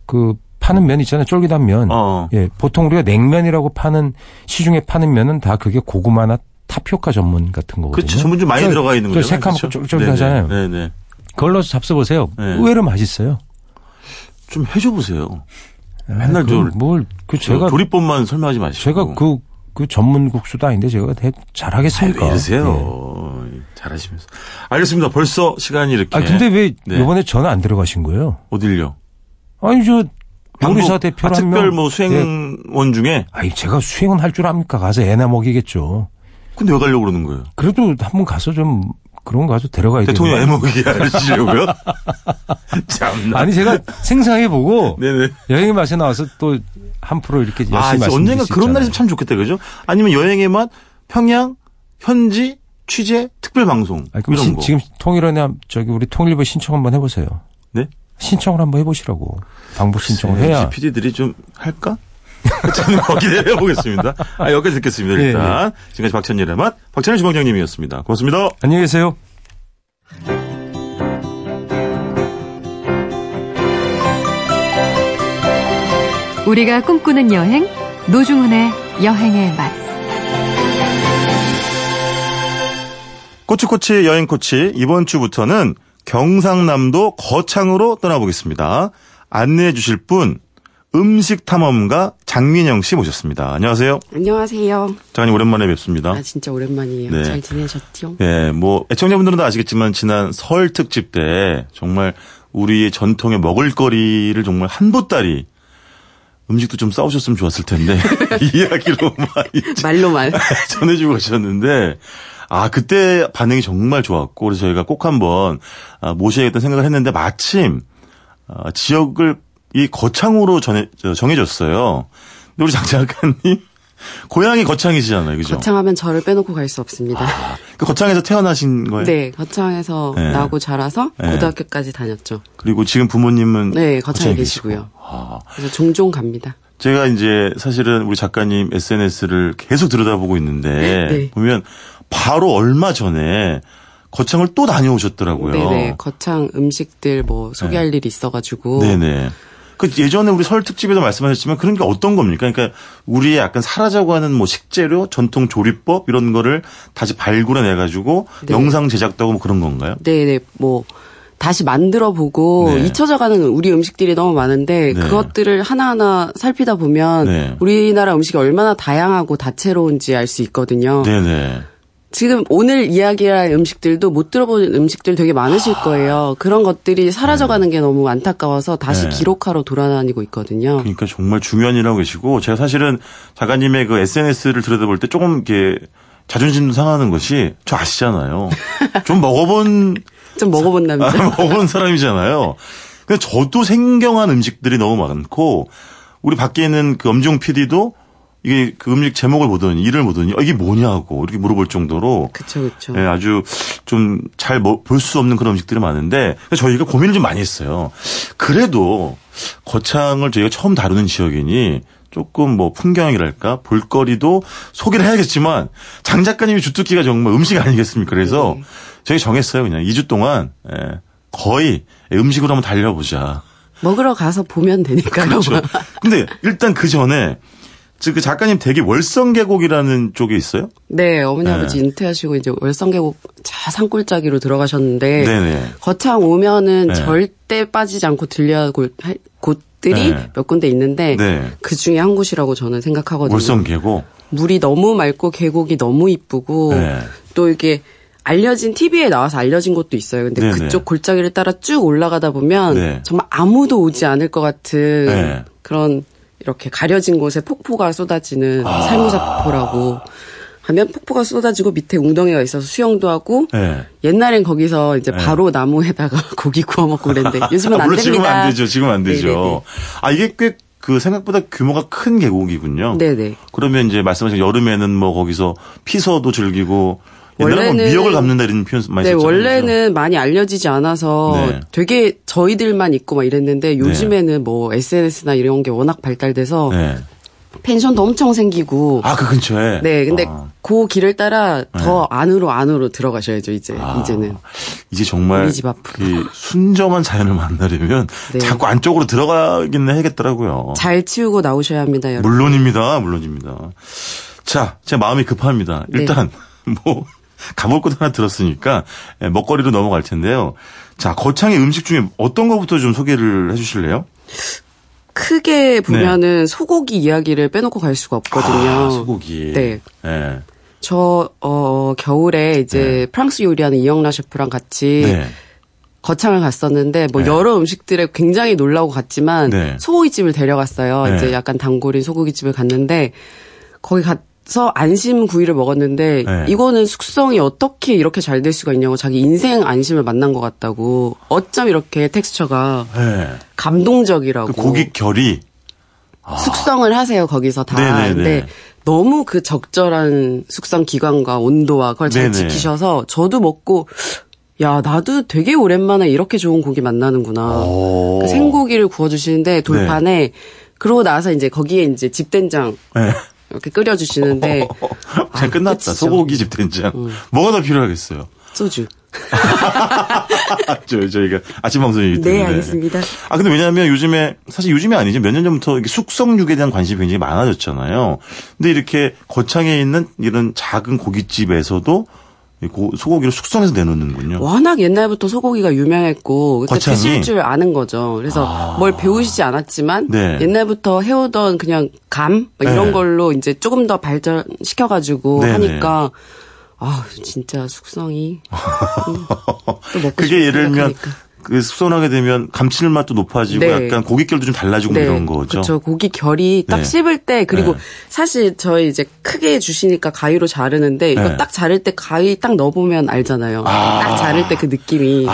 S2: 그 파는 면 있잖아요. 쫄깃한 면.
S1: 어,
S2: 예, 보통 우리가 냉면이라고 파는 시중에 파는 면은 다 그게 고구마나 타피오카 전문 같은 거거든요.
S1: 그렇죠. 전부 좀 많이
S2: 저-
S1: 들어가 있는
S2: 저
S1: 거죠. 그렇죠?
S2: 새카맣고 쫄깃쫄깃하잖아요.
S1: 네, 네.
S2: 걸로 잡숴 보세요.
S1: 네.
S2: 의외로 맛있어요.
S1: 좀 해줘 보세요.
S2: 맨날
S1: 저-
S2: 뭘그 제가
S1: 조리법만 설명하지 마시고.
S2: 제가 그, 그 전문 국수도 아닌데 제가 대-
S1: 아유,
S2: 잘하겠습니까?
S1: 왜
S2: 예.
S1: 이러세요? 잘하시면서. 알겠습니다. 벌써 시간이 이렇게.
S2: 아 근데 왜
S1: 네.
S2: 이번에 전화 안 들어가신 거예요?
S1: 어딜요?
S2: 아니 저 요리사
S1: 한국-
S2: 대표
S1: 아,
S2: 한 명. 예.
S1: 특별 뭐 수행원 중에.
S2: 아니 제가 수행은 할 줄 압니까? 가서 애나 먹이겠죠.
S1: 근데 왜 가려고 그러는 거예요?
S2: 그래도 한번 가서 좀 그런 거 가서 데려가야 되겠네.
S1: 대통령 애먹이 하시려고요? 참나.
S2: 아니 제가 생각해 보고
S1: 네네.
S2: 여행의 맛에 나와서 또 한 프로 이렇게 열심히
S1: 아, 이제
S2: 말씀드릴
S1: 언젠가
S2: 수
S1: 그런 날이
S2: 있잖아요.
S1: 참 좋겠다, 그죠? 아니면 여행의 맛, 평양, 현지, 취재, 특별 방송.
S2: 아니, 그럼
S1: 이런
S2: 신-
S1: 거.
S2: 지금 통일원에 한- 저기 우리 통일부 신청 한번 해보세요.
S1: 네?
S2: 신청을 한번 해보시라고 방북 신청을 해야
S1: PD들이 네, 좀 할까? 저는 거기를 해보겠습니다. 아, 여기까지 듣겠습니다,
S2: 예,
S1: 일단. 지금까지 박찬일의 맛, 박찬일 주방장님이었습니다. 고맙습니다.
S2: 안녕히 계세요.
S4: 우리가 꿈꾸는 여행 노중훈의 여행의 맛.
S1: 꼬치꼬치 여행 코치 이번 주부터는 경상남도 거창으로 떠나보겠습니다. 안내해 주실 분 음식 탐험가 장민영 씨 모셨습니다. 안녕하세요.
S6: 안녕하세요.
S1: 장님 오랜만에 뵙습니다.
S6: 아 진짜 오랜만이에요.
S1: 어? 네.
S6: 잘 지내셨죠?
S1: 예, 뭐 애청자분들은 다 아시겠지만 지난 설 특집 때 정말 우리의 전통의 먹을거리를 정말 한 보따리 음식도 좀 싸우셨으면 좋았을 텐데 이야기로 많이
S6: 말로만.
S1: 그렇죠. 전해주고 계셨는데 아 그때 반응이 정말 좋았고 그래서 저희가 꼭 한번 아, 모셔야겠다는 생각을 했는데 마침 아, 지역을 이 거창으로 전해, 저, 정해졌어요. 근데 우리 장 작가님 고향이 거창이시잖아요, 그죠?
S6: 거창하면 저를 빼놓고 갈 수 없습니다.
S1: 그 거창에서 태어나신 거예요.
S6: 네, 거창에서
S1: 네.
S6: 나고 자라서
S1: 네.
S6: 고등학교까지 다녔죠.
S1: 그리고 지금 부모님은
S6: 네, 거창에
S1: 거창에
S6: 계시고요.
S1: 아,
S6: 그래서 종종 갑니다.
S1: 제가 이제 사실은 우리 작가님 SNS를 계속 들여다보고 있는데
S6: 네.
S1: 보면 바로 얼마 전에 거창을 또 다녀오셨더라고요.
S6: 네네, 거창 음식들 뭐 소개할 일이 있어가지고.
S1: 네. 네네. 그 예전에 우리 설 특집에도 말씀하셨지만 그런 게 어떤 겁니까? 그러니까 우리의 약간 사라져고 하는 뭐 식재료, 전통 조리법 이런 거를 다시 발굴해내 가지고
S6: 네.
S1: 영상 제작도 하고 뭐 그런 건가요?
S6: 네네, 뭐 다시 만들어 보고
S1: 네.
S6: 잊혀져가는 우리 음식들이 너무
S1: 네.
S6: 많은데 그것들을 하나하나 살피다 보면
S1: 네.
S6: 우리나라 음식이 얼마나 다양하고 다채로운지 알 수 있거든요.
S1: 네네.
S6: 지금 오늘 이야기할 음식들도 못 들어본 음식들 되게 많으실
S1: 아.
S6: 거예요. 그런 것들이 사라져가는 게 너무 안타까워서 다시
S1: 네.
S6: 기록하러 돌아다니고 있거든요.
S1: 그러니까 정말 중요한 일하고 계시고 제가 사실은 작가님의 그 SNS를 들여다볼 때 조금 이렇게 자존심도 상하는 것이 저 아시잖아요. 좀 먹어본
S6: 좀 먹어본
S1: 아,
S6: 남자.
S1: 먹은 사람이잖아요. 근데 저도 생경한 음식들이 너무 많고 우리 밖에 있는 그 엄지용 PD도 이게 그 음식 제목을 보더니 이를 보더니 아, 이게 뭐냐고 이렇게 물어볼 정도로
S6: 그쵸, 그쵸.
S1: 예, 아주 좀 잘 뭐, 볼 수 없는 그런 음식들이 많은데 저희가 고민을 좀 많이 했어요. 그래도 거창을 저희가 처음 다루는 지역이니 조금 뭐 풍경이랄까 볼거리도 소개를 해야겠지만 장 작가님이 주특기가 정말 음식 아니겠습니까? 그래서 저희 정했어요. 그냥 2주 동안 예, 거의 음식으로 한번 달려보자.
S6: 먹으러 가서 보면 되니까요.
S1: 그렇죠. 근데 일단 그 전에 지금 그 작가님 댁이 월성계곡이라는 쪽에 있어요?
S6: 네, 어머니
S1: 네.
S6: 아버지 은퇴하시고 이제 월성계곡 자 산골짜기로 들어가셨는데
S1: 네네.
S6: 거창 오면은
S1: 네.
S6: 절대 빠지지 않고 들려야 곳, 할- 곳들이
S1: 네.
S6: 몇 군데 있는데
S1: 네.
S6: 그 중에 한 곳이라고 저는 생각하거든요.
S1: 월성계곡.
S6: 물이 너무 맑고 계곡이 너무 이쁘고
S1: 네.
S6: 또 이게 알려진 TV에 나와서 알려진 곳도 있어요. 근데
S1: 네네.
S6: 그쪽 골짜기를 따라 쭉 올라가다 보면
S1: 네.
S6: 정말 아무도 오지 않을 것 같은
S1: 네. 아.
S6: 그런 이렇게 가려진 곳에 폭포가 쏟아지는 살무사폭포라고 하면 폭포가 쏟아지고 밑에 웅덩이가 있어서 수영도 하고
S1: 예.
S6: 옛날엔 거기서 이제 바로 나무에다가 고기 구워 먹고 그랬는데 요즘은
S1: 아,
S6: 안
S1: 네. 물론
S6: 됩니다.
S1: 지금 안 되죠. 지금 안 되죠.
S6: 네네네.
S1: 아 이게 꽤 그 생각보다 규모가 큰 계곡이군요.
S6: 네네.
S1: 그러면 이제 말씀하신 여름에는 뭐 거기서 피서도 즐기고 옛날에는 뭐
S6: 원래는-
S1: 미역을 감는다 이런 표현 많이
S6: 네,
S1: 썼잖아요.
S6: 원래는 많이 알려지지 않아서
S1: 네.
S6: 되게 저희들만 있고 막 이랬는데 요즘에는 뭐 SNS나 이런 게 워낙 발달돼서
S1: 네.
S6: 펜션도 엄청 생기고
S1: 아그 근처에.
S6: 뭐 네, 근데
S1: 아, 네.
S6: 그 길을 따라 더 안으로 안으로 들어가셔야죠 이제
S1: 아.
S6: 이제는
S1: 이제 정말
S6: 우리 집 앞으로.
S1: 그 순정한 자연을 만나려면
S6: 네.
S1: 자꾸 안쪽으로 들어가긴 해야겠더라고요.
S6: 잘 치우고 나오셔야 합니다, 여러분.
S1: 물론입니다, 물론입니다. 자, 제 마음이 급합니다.
S6: 네.
S1: 일단 뭐 가볼 곳 하나 들었으니까 예, 먹거리로 넘어갈 텐데요. 자, 거창의 음식 중에 어떤 거부터 좀 소개를 해주실래요?
S6: 크게 보면은 소고기 이야기를 빼놓고 갈 수가 없거든요.
S1: 네. 아, 소고기.
S6: 네.
S1: 예.
S6: 저, 어, 겨울에 이제 프랑스 요리하는 이영라 셰프랑 같이
S1: 네.
S6: 거창을 갔었는데 뭐
S1: 네.
S6: 여러 음식들에 굉장히 놀라고 갔지만
S1: 네.
S6: 소고기집을 데려갔어요.
S1: 네.
S6: 이제 약간 단골인 소고기집을 갔는데 거기 가서 안심 구이를 먹었는데
S1: 네.
S6: 이거는 숙성이 어떻게 이렇게 잘 될 수가 있냐고 자기 인생 안심을 만난 것 같다고 어쩜 이렇게 텍스처가
S1: 예.
S6: 감동적이라고
S1: 그 고기 결이
S6: 숙성을 하세요 거기서 다.
S1: 네네네.
S6: 근데 너무 그 적절한 숙성 기간과 온도와 그걸 잘
S1: 네네.
S6: 지키셔서 저도 먹고 야 나도 되게 오랜만에 이렇게 좋은 고기 만나는구나.
S1: 오.
S6: 그 생고기를 구워주시는데 돌판에
S1: 네.
S6: 그러고 나서 이제 거기에 이제 집된장
S1: 예. 어,
S6: 이렇게 끓여주시는데
S1: 잘
S6: 아,
S1: 끝났다.
S6: 끝이죠.
S1: 소고기 집 된장.
S6: 음.
S1: 뭐가 더 필요하겠어요?
S6: 소주.
S1: 저, 저희가 아침 방송이기 때문에.
S6: 네 알겠습니다.
S1: 아 근데 왜냐하면 요즘에 사실 요즘이 아니지 몇 년 전부터 이게 숙성육에 대한 관심이 굉장히 많아졌잖아요. 근데 이렇게 거창에 있는 이런 작은 고깃집에서도 이 고- 소고기를 숙성해서 내놓는군요.
S6: 워낙 옛날부터 소고기가 유명했고
S1: 음.
S6: 그때
S1: 거창이?
S6: 드실 줄 아는 거죠. 그래서 뭘 배우시지 않았지만
S1: 네.
S6: 옛날부터 해오던 그냥 감뭐 이런
S1: 네.
S6: 걸로 이제 조금 더 발전시켜가지고
S1: 네네.
S6: 하니까 아 진짜 숙성이
S1: 아,
S6: 음, 또 먹고
S1: 그게
S6: 싶은
S1: 예를 들면
S6: 생각하니까.
S1: 그 숙성하게 되면 감칠맛도 높아지고
S6: 네.
S1: 약간 고깃결도 좀 달라지고 뭐
S6: 네,
S1: 이런 거죠.
S6: 그렇죠. 고기 결이 딱
S1: 네.
S6: 씹을 때 그리고
S1: 네.
S6: 사실 저희 이제 크게 주시니까 가위로 자르는데 이거
S1: 네.
S6: 딱 자를 때 가위 딱 넣어보면 알잖아요. 딱 자를 때 그 느낌이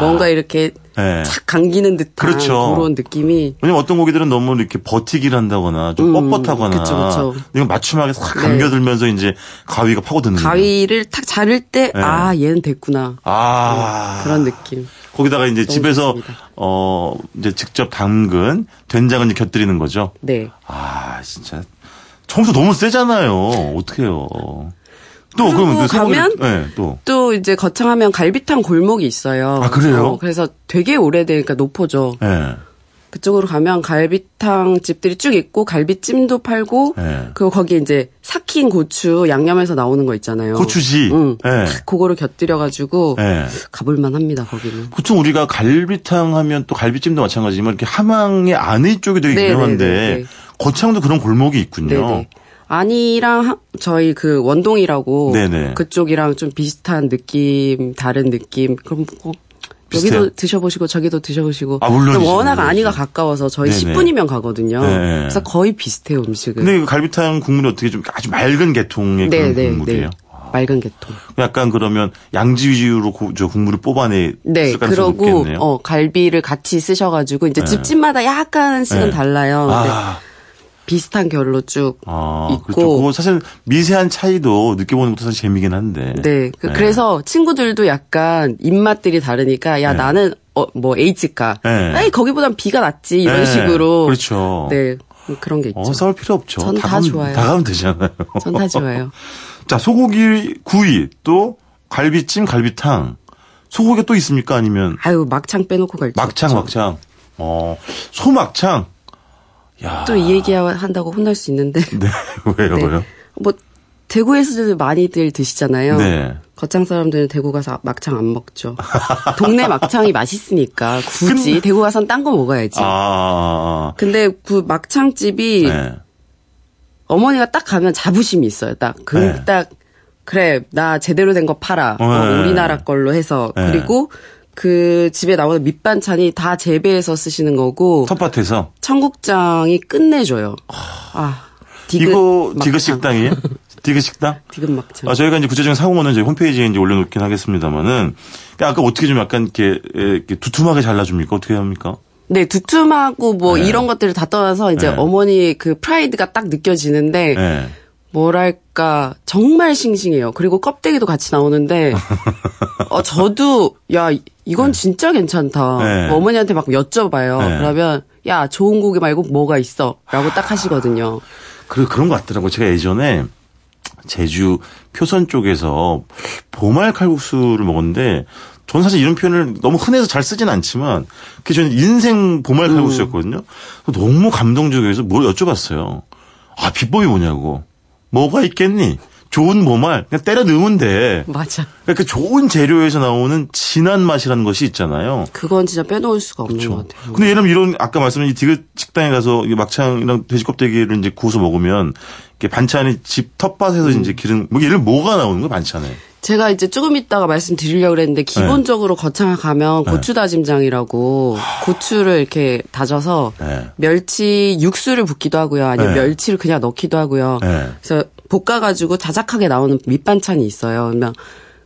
S6: 뭔가 이렇게
S1: 아. 네.
S6: 착 감기는 듯한
S1: 그렇죠.
S6: 런 느낌이
S1: 왜냐면 어떤 고기들은 너무 이렇게 버티기를 한다거나 좀
S6: 음,
S1: 뻣뻣하거나
S6: 그쵸, 그쵸.
S1: 이거 맞춤하게 싹
S6: 네.
S1: 감겨들면서 이제 가위가 파고드는 거예요.
S6: 가위를 탁 자를 때,
S1: 네.
S6: 아, 얘는 됐구나.
S1: 아
S6: 그런 느낌.
S1: 거기다가 이제
S6: 너무
S1: 집에서
S6: 좋습니다.
S1: 어 이제 직접 담근 된장을 이제 곁들이는 거죠.
S6: 네.
S1: 아 진짜 청소 너무 세잖아요. 어떡해요. 또
S6: 그리고
S1: 그러면 그 소고기를-
S6: 가면?
S1: 네, 또.
S6: 또 이제 거창하면 갈비탕 골목이 있어요.
S1: 아, 그래요?
S6: 어, 그래서 되게 오래되니까 노포죠.
S1: 예.
S6: 그쪽으로 가면 갈비탕 집들이 쭉 있고 갈비찜도 팔고
S1: 네.
S6: 그리고 거기 이제 삭힌 고추 양념해서 나오는 거 있잖아요.
S1: 고추지.
S6: 응.
S1: 예.
S6: 그거를 곁들여가지고
S1: 예.
S6: 가볼만 합니다 거기는.
S1: 보통 우리가 갈비탕 하면 또 갈비찜도 마찬가지지만 이렇게 함양의 안의 쪽이 되게
S6: 네,
S1: 유명한데
S6: 네, 네, 네.
S1: 거창도 그런 골목이 있군요.
S6: 네네. 아니랑 하- 저희 그 원동이라고
S1: 네네.
S6: 그쪽이랑 좀 비슷한 느낌, 다른 느낌. 그럼 꼭
S1: 비슷해요?
S6: 여기도 드셔보시고 저기도 드셔보시고.
S1: 아, 물론이죠,
S6: 근데 워낙
S1: 물론이죠.
S6: 아니가 가까워서 저희
S1: 네네.
S6: 10분이면 가거든요.
S1: 네.
S6: 그래서 거의 비슷해요 음식은. 네,
S1: 근데 그 갈비탕 국물이 어떻게 좀 아주 맑은 계통의 그런 국물이에요.
S6: 맑은 개통.
S1: 약간 그러면 양지 위주로 고- 저 국물을 뽑아내
S6: 네,
S1: 쓸 가능성이
S6: 그러고
S1: 높겠네요.
S6: 어 갈비를 같이 쓰셔가지고 이제 집집마다 약간씩은
S1: 네.
S6: 달라요. 근데
S1: 아,
S6: 비슷한 결로 쭉.
S1: 아,
S6: 있고.
S1: 그렇죠. 그거 사실 미세한 차이도 느껴보는 것도 사실 재미긴 한데.
S6: 네, 그, 래서 친구들도 약간 입맛들이 다르니까 야
S1: 네.
S6: 나는 어, 뭐 H가,
S1: 네.
S6: 에이 거기보단 B가 낫지 이런
S1: 네,
S6: 식으로.
S1: 그렇죠.
S6: 네, 그런 게 있죠.
S1: 어, 싸울 필요 없죠.
S6: 전다
S1: 가면-
S6: 좋아요.
S1: 다 가면 되잖아요.
S6: 전 다 좋아요.
S1: 자, 소고기 구이 또 갈비찜, 갈비탕. 소고기가 또 있습니까? 아니면
S6: 아유 막창 빼놓고 갈죠.
S1: 막창, 막창. 어, 소막창. 야.
S6: 또 이 얘기한다고 혼날 수 있는데.
S1: 네, 왜요,
S6: 네.
S1: 왜요?
S6: 뭐 대구에서도 많이들 드시잖아요.
S1: 네.
S6: 거창 사람들은 대구 가서 막창 안 먹죠. 동네 막창이 맛있으니까 굳이 대구 가선 딴 거 먹어야지.
S1: 아.
S6: 근데 그 막창집이
S1: 네.
S6: 어머니가 딱 가면 자부심이 있어요. 딱 그 딱
S1: 네.
S6: 그래 나 제대로 된 거 팔아. 어,
S1: 네.
S6: 우리나라 걸로 해서
S1: 네.
S6: 그리고 그 집에 나오는 밑반찬이 다 재배해서 쓰시는 거고
S1: 텃밭에서.
S6: 청국장이 끝내줘요. 아 디귿
S1: 이거
S6: 막창.
S1: 디귿 식당이에요? 디귿 식당?
S6: 디귿막창.
S1: 아, 저희가 이제 구체적인 상호는 저희 홈페이지에 이제 올려놓긴 하겠습니다만은 아까 어떻게 좀 약간 이렇게, 에, 이렇게 두툼하게 잘라줍니까? 어떻게 합니까?
S6: 네, 두툼하고 뭐 이런 것들을 다 떠나서 이제
S1: 네.
S6: 어머니의 그 프라이드가 딱 느껴지는데
S1: 예.
S6: 뭐랄까 정말 싱싱해요. 그리고 껍데기도 같이 나오는데 어 저도 야 이- 이건 진짜 괜찮다.
S1: 네.
S6: 뭐 어머니한테 막 여쭤봐요.
S1: 네.
S6: 그러면 야 좋은 고기 말고 뭐가 있어?라고 딱 하시거든요.
S1: 그리고 그런 것 같더라고요. 제가 예전에 제주 표선 쪽에서 보말 칼국수를 먹었는데 저는 사실 이런 표현을 너무 흔해서 잘 쓰진 않지만 그게 저는 인생 보말 칼국수였거든요. 너무 감동적이어서 뭘 여쭤봤어요. 아, 비법이 뭐냐고. 뭐가 있겠니? 좋은 보말. 그냥 때려 넣으면 돼.
S6: 맞아.
S1: 그러니까 좋은 재료에서 나오는 진한 맛이라는 것이 있잖아요.
S6: 그건 진짜 빼놓을 수가 없는 것 같아요. 네.
S1: 근데 예를 들면 이런 아까 말씀드린 이 디귿 식당에 가서 이 막창이랑 돼지 껍데기를 이제 구워서 먹으면 이렇게 반찬이 집 텃밭에서 이제 기름 뭐 예를 들면 뭐가 나오는 거야 반찬에
S6: 제가 이제 조금 있다가 말씀드리려고
S1: 네.
S6: 그랬는데 기본적으로 거창을 가면 고추 다짐장이라고 고추를 이렇게 다져서
S1: 네.
S6: 멸치 육수를 붓기도 하고요. 아니면
S1: 네.
S6: 멸치를 그냥 넣기도 하고요.
S1: 네.
S6: 그래서 볶아가지고 자작하게 나오는 밑반찬이 있어요. 그러면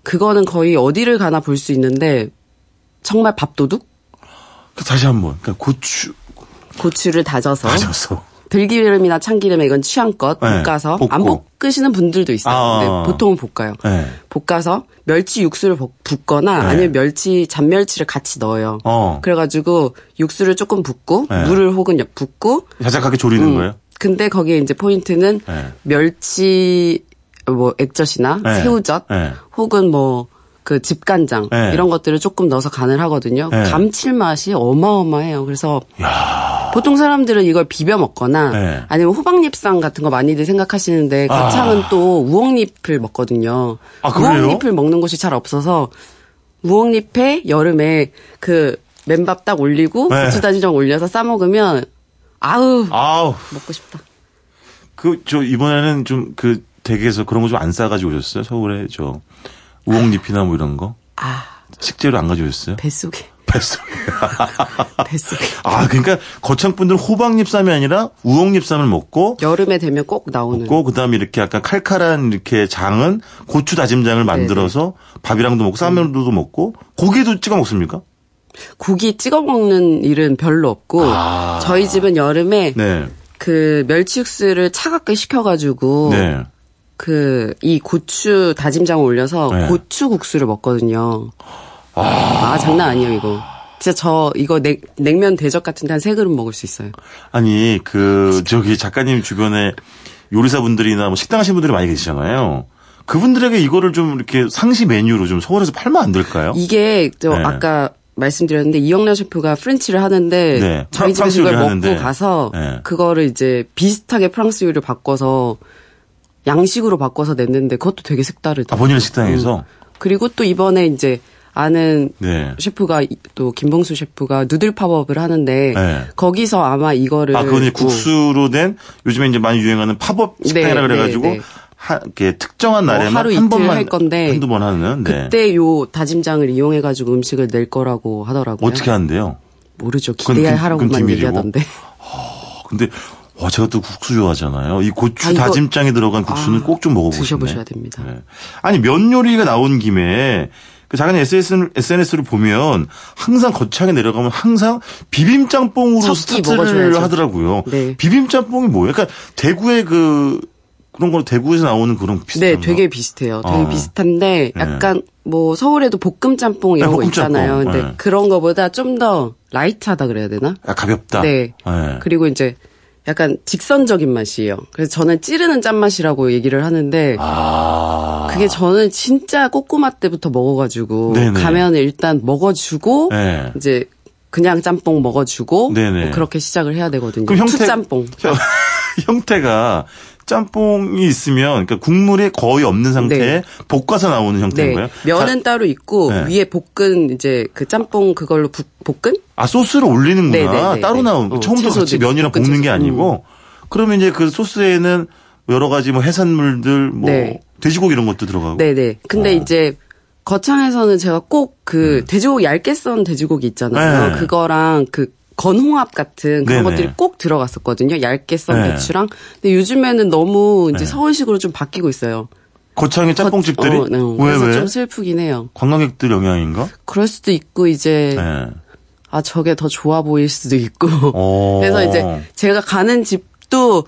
S6: 그거는 거의 어디를 가나 볼 수 있는데 정말 밥도둑?
S1: 그 다시 한번 그러니까 고추
S6: 고추를 다져서
S1: 다져서
S6: 들기름이나 참기름에 이건 취향껏
S1: 네,
S6: 볶아서 안
S1: 볶고.
S6: 볶으시는 분들도 있어요.
S1: 아.
S6: 근데 보통은 볶아요.
S1: 네.
S6: 볶아서 멸치 육수를 볶- 붓거나
S1: 네.
S6: 아니면 멸치 잔멸치를 같이 넣어요.
S1: 어
S6: 그래가지고 육수를 조금 붓고
S1: 네.
S6: 물을 혹은 붓고
S1: 자작하게 조리는
S6: 음.
S1: 거예요.
S6: 근데 거기에 이제 포인트는
S1: 네.
S6: 멸치 뭐 액젓이나
S1: 네.
S6: 새우젓
S1: 네.
S6: 혹은 뭐 그 집간장
S1: 네.
S6: 이런 것들을 조금 넣어서 간을 하거든요.
S1: 네.
S6: 감칠맛이 어마어마해요. 그래서 보통 사람들은 이걸 비벼 먹거나
S1: 네.
S6: 아니면 호박잎상 같은 거 많이들 생각하시는데 가창은 또 우엉잎을 먹거든요.
S1: 아, 그래요?
S6: 우엉잎을 먹는 곳이 잘 없어서 우엉잎에 여름에 그 맨밥 딱 올리고
S1: 네.
S6: 고추다지좀 올려서 싸 먹으면 아우
S1: 아우
S6: 먹고 싶다.
S1: 그 저 이번에는 좀 그 댁에서 그런 거 좀 안 싸가지고 오셨어요 서울에 저 우엉잎이나 뭐 이런 거
S6: 아
S1: 식재료 안 가져오셨어요?
S6: 뱃속에
S1: 뱃속
S6: 뱃속에
S1: 아 그러니까 거창 분들은 호박잎 쌈이 아니라 우엉잎 쌈을 먹고
S6: 여름에 되면 꼭 나오는
S1: 먹고 그다음에 이렇게 약간 칼칼한 이렇게 장은 고추 다짐장을 만들어서 밥이랑도 먹고 쌈면도 먹고 고기도 찍어 먹습니까?
S6: 고기 찍어 먹는 일은 별로 없고
S1: 아.
S6: 저희 집은 여름에
S1: 네.
S6: 그 멸치육수를 차갑게 식혀가지고
S1: 네.
S6: 그 이 고추 다짐장을 올려서
S1: 네.
S6: 고추국수를 먹거든요. 아. 장난 아니에요 이거. 진짜 저 이거 냉, 냉면 대접 같은데 한 세 그릇 먹을 수 있어요.
S1: 아니 그 저기 작가님 주변에 요리사분들이나 뭐 식당 하시는 분들이 많이 계시잖아요. 그분들에게 이거를 좀 이렇게 상시 메뉴로 좀 서울에서 팔면 안 될까요?
S6: 이게 저
S1: 네.
S6: 아까 말씀드렸는데 이영란 셰프가 프렌치를 하는데
S1: 네,
S6: 저희
S1: 프랑스
S6: 집에서 이걸
S1: 요리
S6: 먹고
S1: 하는데.
S6: 가서
S1: 네.
S6: 그거를 이제 비슷하게 프랑스 요리를 바꿔서 양식으로 바꿔서 냈는데 그것도 되게 색다르다. 음.
S1: 아 본인의 식당에서
S6: 그리고 또 이번에 이제 아는
S1: 네.
S6: 셰프가 이- 또 김봉수 셰프가 누들 팝업을 하는데
S1: 네.
S6: 거기서 아마 이거를
S1: 아, 그건 이제
S6: 또-
S1: 국수로 된 요즘에 이제 많이 유행하는 팝업 식당이라
S6: 네,
S1: 그래가지고
S6: 네, 네.
S1: 한 이렇게 특정한
S6: 어,
S1: 날에만
S6: 하루
S1: 한
S6: 이틀
S1: 번만
S6: 할 건데
S1: 한두 번 하는 네.
S6: 음, 그때 요 다짐장을 이용해 가지고 음식을 낼 거라고 하더라고요.
S1: 어떻게 하는데요?
S6: 모르죠.
S1: 그건 김- 그건
S6: 기대하라고만
S1: 김일이고.
S6: 얘기하던데.
S1: 아, 근데 와 제가 또 국수 좋아하잖아요. 이 고추
S6: 아, 이거-
S1: 다짐장에 들어간 국수는
S6: 아,
S1: 꼭 좀 먹어보고 싶네.
S6: 드셔보셔야 됩니다.
S1: 네. 아니 면 요리가 나온 김에 그 작은 SNS를 보면 항상 거창에 내려가면 항상 비빔짬뽕으로
S6: 섞기
S1: 스타트를
S6: 먹어줘야죠.
S1: 하더라고요.
S6: 네.
S1: 비빔짬뽕이 뭐예요? 그러니까 대구의 그 그런 걸 대구에서 나오는 그런 비슷한
S6: 네,
S1: 거.
S6: 되게 비슷해요. 되게
S1: 아.
S6: 비슷한데 약간 뭐 서울에도 볶음 짬뽕 이런
S1: 네,
S6: 거
S1: 볶음 짬뽕.
S6: 있잖아요. 근데
S1: 네.
S6: 그런 거보다 좀 더 라이트하다 그래야 되나?
S1: 아, 가볍다.
S6: 네.
S1: 예.
S6: 그리고 이제 약간 직선적인 맛이에요. 그래서 저는 찌르는 짠맛이라고 얘기를 하는데
S1: 아.
S6: 그게 저는 진짜 꼬꼬마 때부터 먹어가지고
S1: 네네.
S6: 가면 일단 먹어주고
S1: 네.
S6: 이제 그냥 짬뽕 먹어주고
S1: 네네.
S6: 뭐 그렇게 시작을 해야 되거든요.
S1: 그럼 형태-
S6: 투짬뽕.
S1: 형- 형태가 짬뽕이 있으면 그러니까 국물이 거의 없는 상태에 볶아서 나오는 형태인
S6: 네,
S1: 거예요.
S6: 면은
S1: 자-
S6: 따로 있고
S1: 네.
S6: 위에 볶은 이제 그 짬뽕 그걸로 부- 볶은
S1: 아 소스를 올리는구나.
S6: 네, 네, 네,
S1: 따로
S6: 네.
S1: 나온
S6: 어,
S1: 처음부터 같이
S6: 채소들이
S1: 면이랑
S6: 볶은
S1: 볶는 게
S6: 채소. 음.
S1: 아니고 그러면 이제 그 소스에는 여러 가지 뭐 해산물들 뭐
S6: 네.
S1: 돼지고기 이런 것도 들어가고
S6: 네네. 근데
S1: 어. 음.
S6: 이제 거창에서는 제가 꼭 그 돼지고기 얇게 썬 돼지고기 있잖아요.
S1: 네.
S6: 그거랑 그 건홍합 같은 그런
S1: 네네.
S6: 것들이 꼭 들어갔었거든요. 얇게 썬
S1: 네.
S6: 배추랑. 근데 요즘에는 너무 이제
S1: 네.
S6: 서울식으로 좀 바뀌고 있어요.
S1: 고창의 짬뽕집들이
S6: 어, 네.
S1: 왜
S6: 그래서
S1: 왜?
S6: 좀 슬프긴 해요.
S1: 관광객들 영향인가?
S6: 그럴 수도 있고 이제
S1: 네.
S6: 아 저게 더 좋아 보일 수도 있고.
S1: 어.
S6: 그래서 이제 제가 가는 집도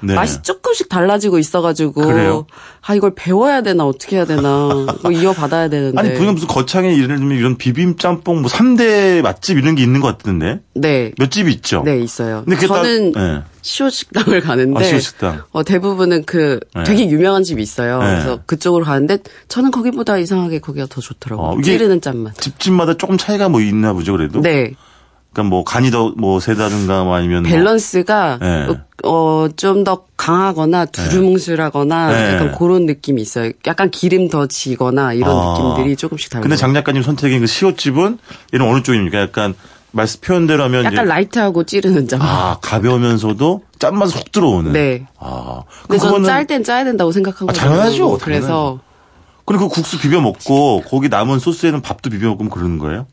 S1: 네.
S6: 맛이 조금씩 달라지고 있어가지고
S1: 그래요?
S6: 아 이걸 배워야 되나 어떻게 해야 되나 뭐 이거 이어받아야 되는데
S1: 아니 보니까 무슨 거창에 예를 들면 이런 비빔 짬뽕 뭐 3대 맛집 이런 게 있는 것 같은데
S6: 네.
S1: 몇 집이 있죠?
S6: 네 있어요.
S1: 근데 그게 다-
S6: 저는
S1: 네.
S6: 시호 식당을 가는데
S1: 아, 시호 식당.
S6: 어, 대부분은 그
S1: 네.
S6: 되게 유명한 집이 있어요.
S1: 네.
S6: 그래서 그쪽으로 가는데 저는 거기보다 이상하게 거기가 더 좋더라고요.
S1: 어, 이게-
S6: 찌르는 짠맛.
S1: 집집마다 조금 차이가 뭐 있나 보죠 그래도.
S6: 네
S1: 그러니까 뭐 간이 더 뭐 세다든가 뭐 아니면 뭐-
S6: 밸런스가 어,
S1: 네.
S6: 어좀 더 강하거나 두루뭉술하거나
S1: 네.
S6: 약간 그런 느낌이 있어요. 약간 기름 더 지거나 이런
S1: 아.
S6: 느낌들이 조금씩 달라요.
S1: 근데 장 작가님 선택인 그 시옷집은 이런 어느 쪽입니까? 약간 말씀 표현대로 하면
S6: 약간
S1: 이제
S6: 라이트하고 찌르는 짠맛.
S1: 아 가벼우면서도 짠맛이 훅 들어오는.
S6: 네.
S1: 아 그럼
S6: 근데 저는
S1: 그거는
S6: 짤 땐 짜야 된다고 생각한
S1: 아,
S6: 거예요.
S1: 당연하죠.
S6: 그래서
S1: 그리고 그 국수 비벼 먹고 거기 남은 소스에는 밥도 비벼 먹으면 그러는 거예요?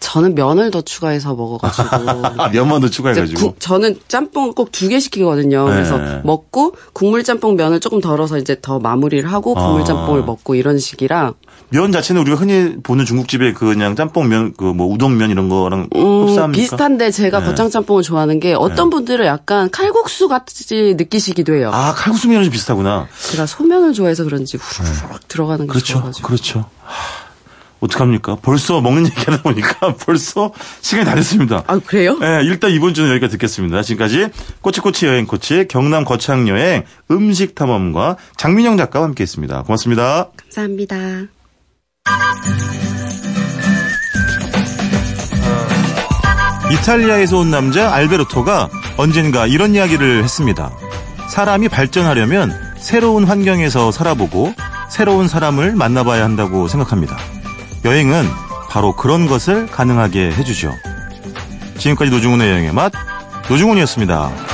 S6: 저는 면을 더 추가해서 먹어가지고
S1: 아 면만 더
S6: 이제
S1: 추가해가지고.
S6: 국- 저는 짬뽕 꼭 두 개 시키거든요.
S1: 네.
S6: 그래서 먹고 국물 짬뽕 면을 조금 덜어서 이제 더 마무리를 하고 국물
S1: 아.
S6: 짬뽕을 먹고 이런 식이라
S1: 면 자체는 우리가 흔히 보는 중국집의 그 그냥 짬뽕면 그 뭐 우동면 이런 거랑
S6: 음,
S1: 흡사합니까?
S6: 비슷한데 제가
S1: 네.
S6: 거창 짬뽕을 좋아하는 게 어떤 분들은 약간 칼국수 같이 느끼시기도 해요.
S1: 아 칼국수면은 좀 비슷하구나.
S6: 제가 소면을 좋아해서 그런지 후루룩 들어가는 게
S1: 그렇죠,
S6: 좋아가지고
S1: 그렇죠. 하, 어떡합니까? 벌써 먹는 얘기하다 보니까 벌써 시간이 다 됐습니다.
S6: 아 그래요?
S1: 네, 일단 이번 주는 여기까지 듣겠습니다. 지금까지 꼬치꼬치 여행 코치 경남 거창 여행 음식 탐험과 장민영 작가와 함께했습니다. 고맙습니다.
S6: 감사합니다.
S1: 이탈리아에서 온 남자 알베르토가 언젠가 이런 이야기를 했습니다. 사람이 발전하려면 새로운 환경에서 살아보고 새로운 사람을 만나봐야 한다고 생각합니다. 여행은 바로 그런 것을 가능하게 해주죠. 지금까지 노중훈의 여행의 맛, 노중훈이었습니다.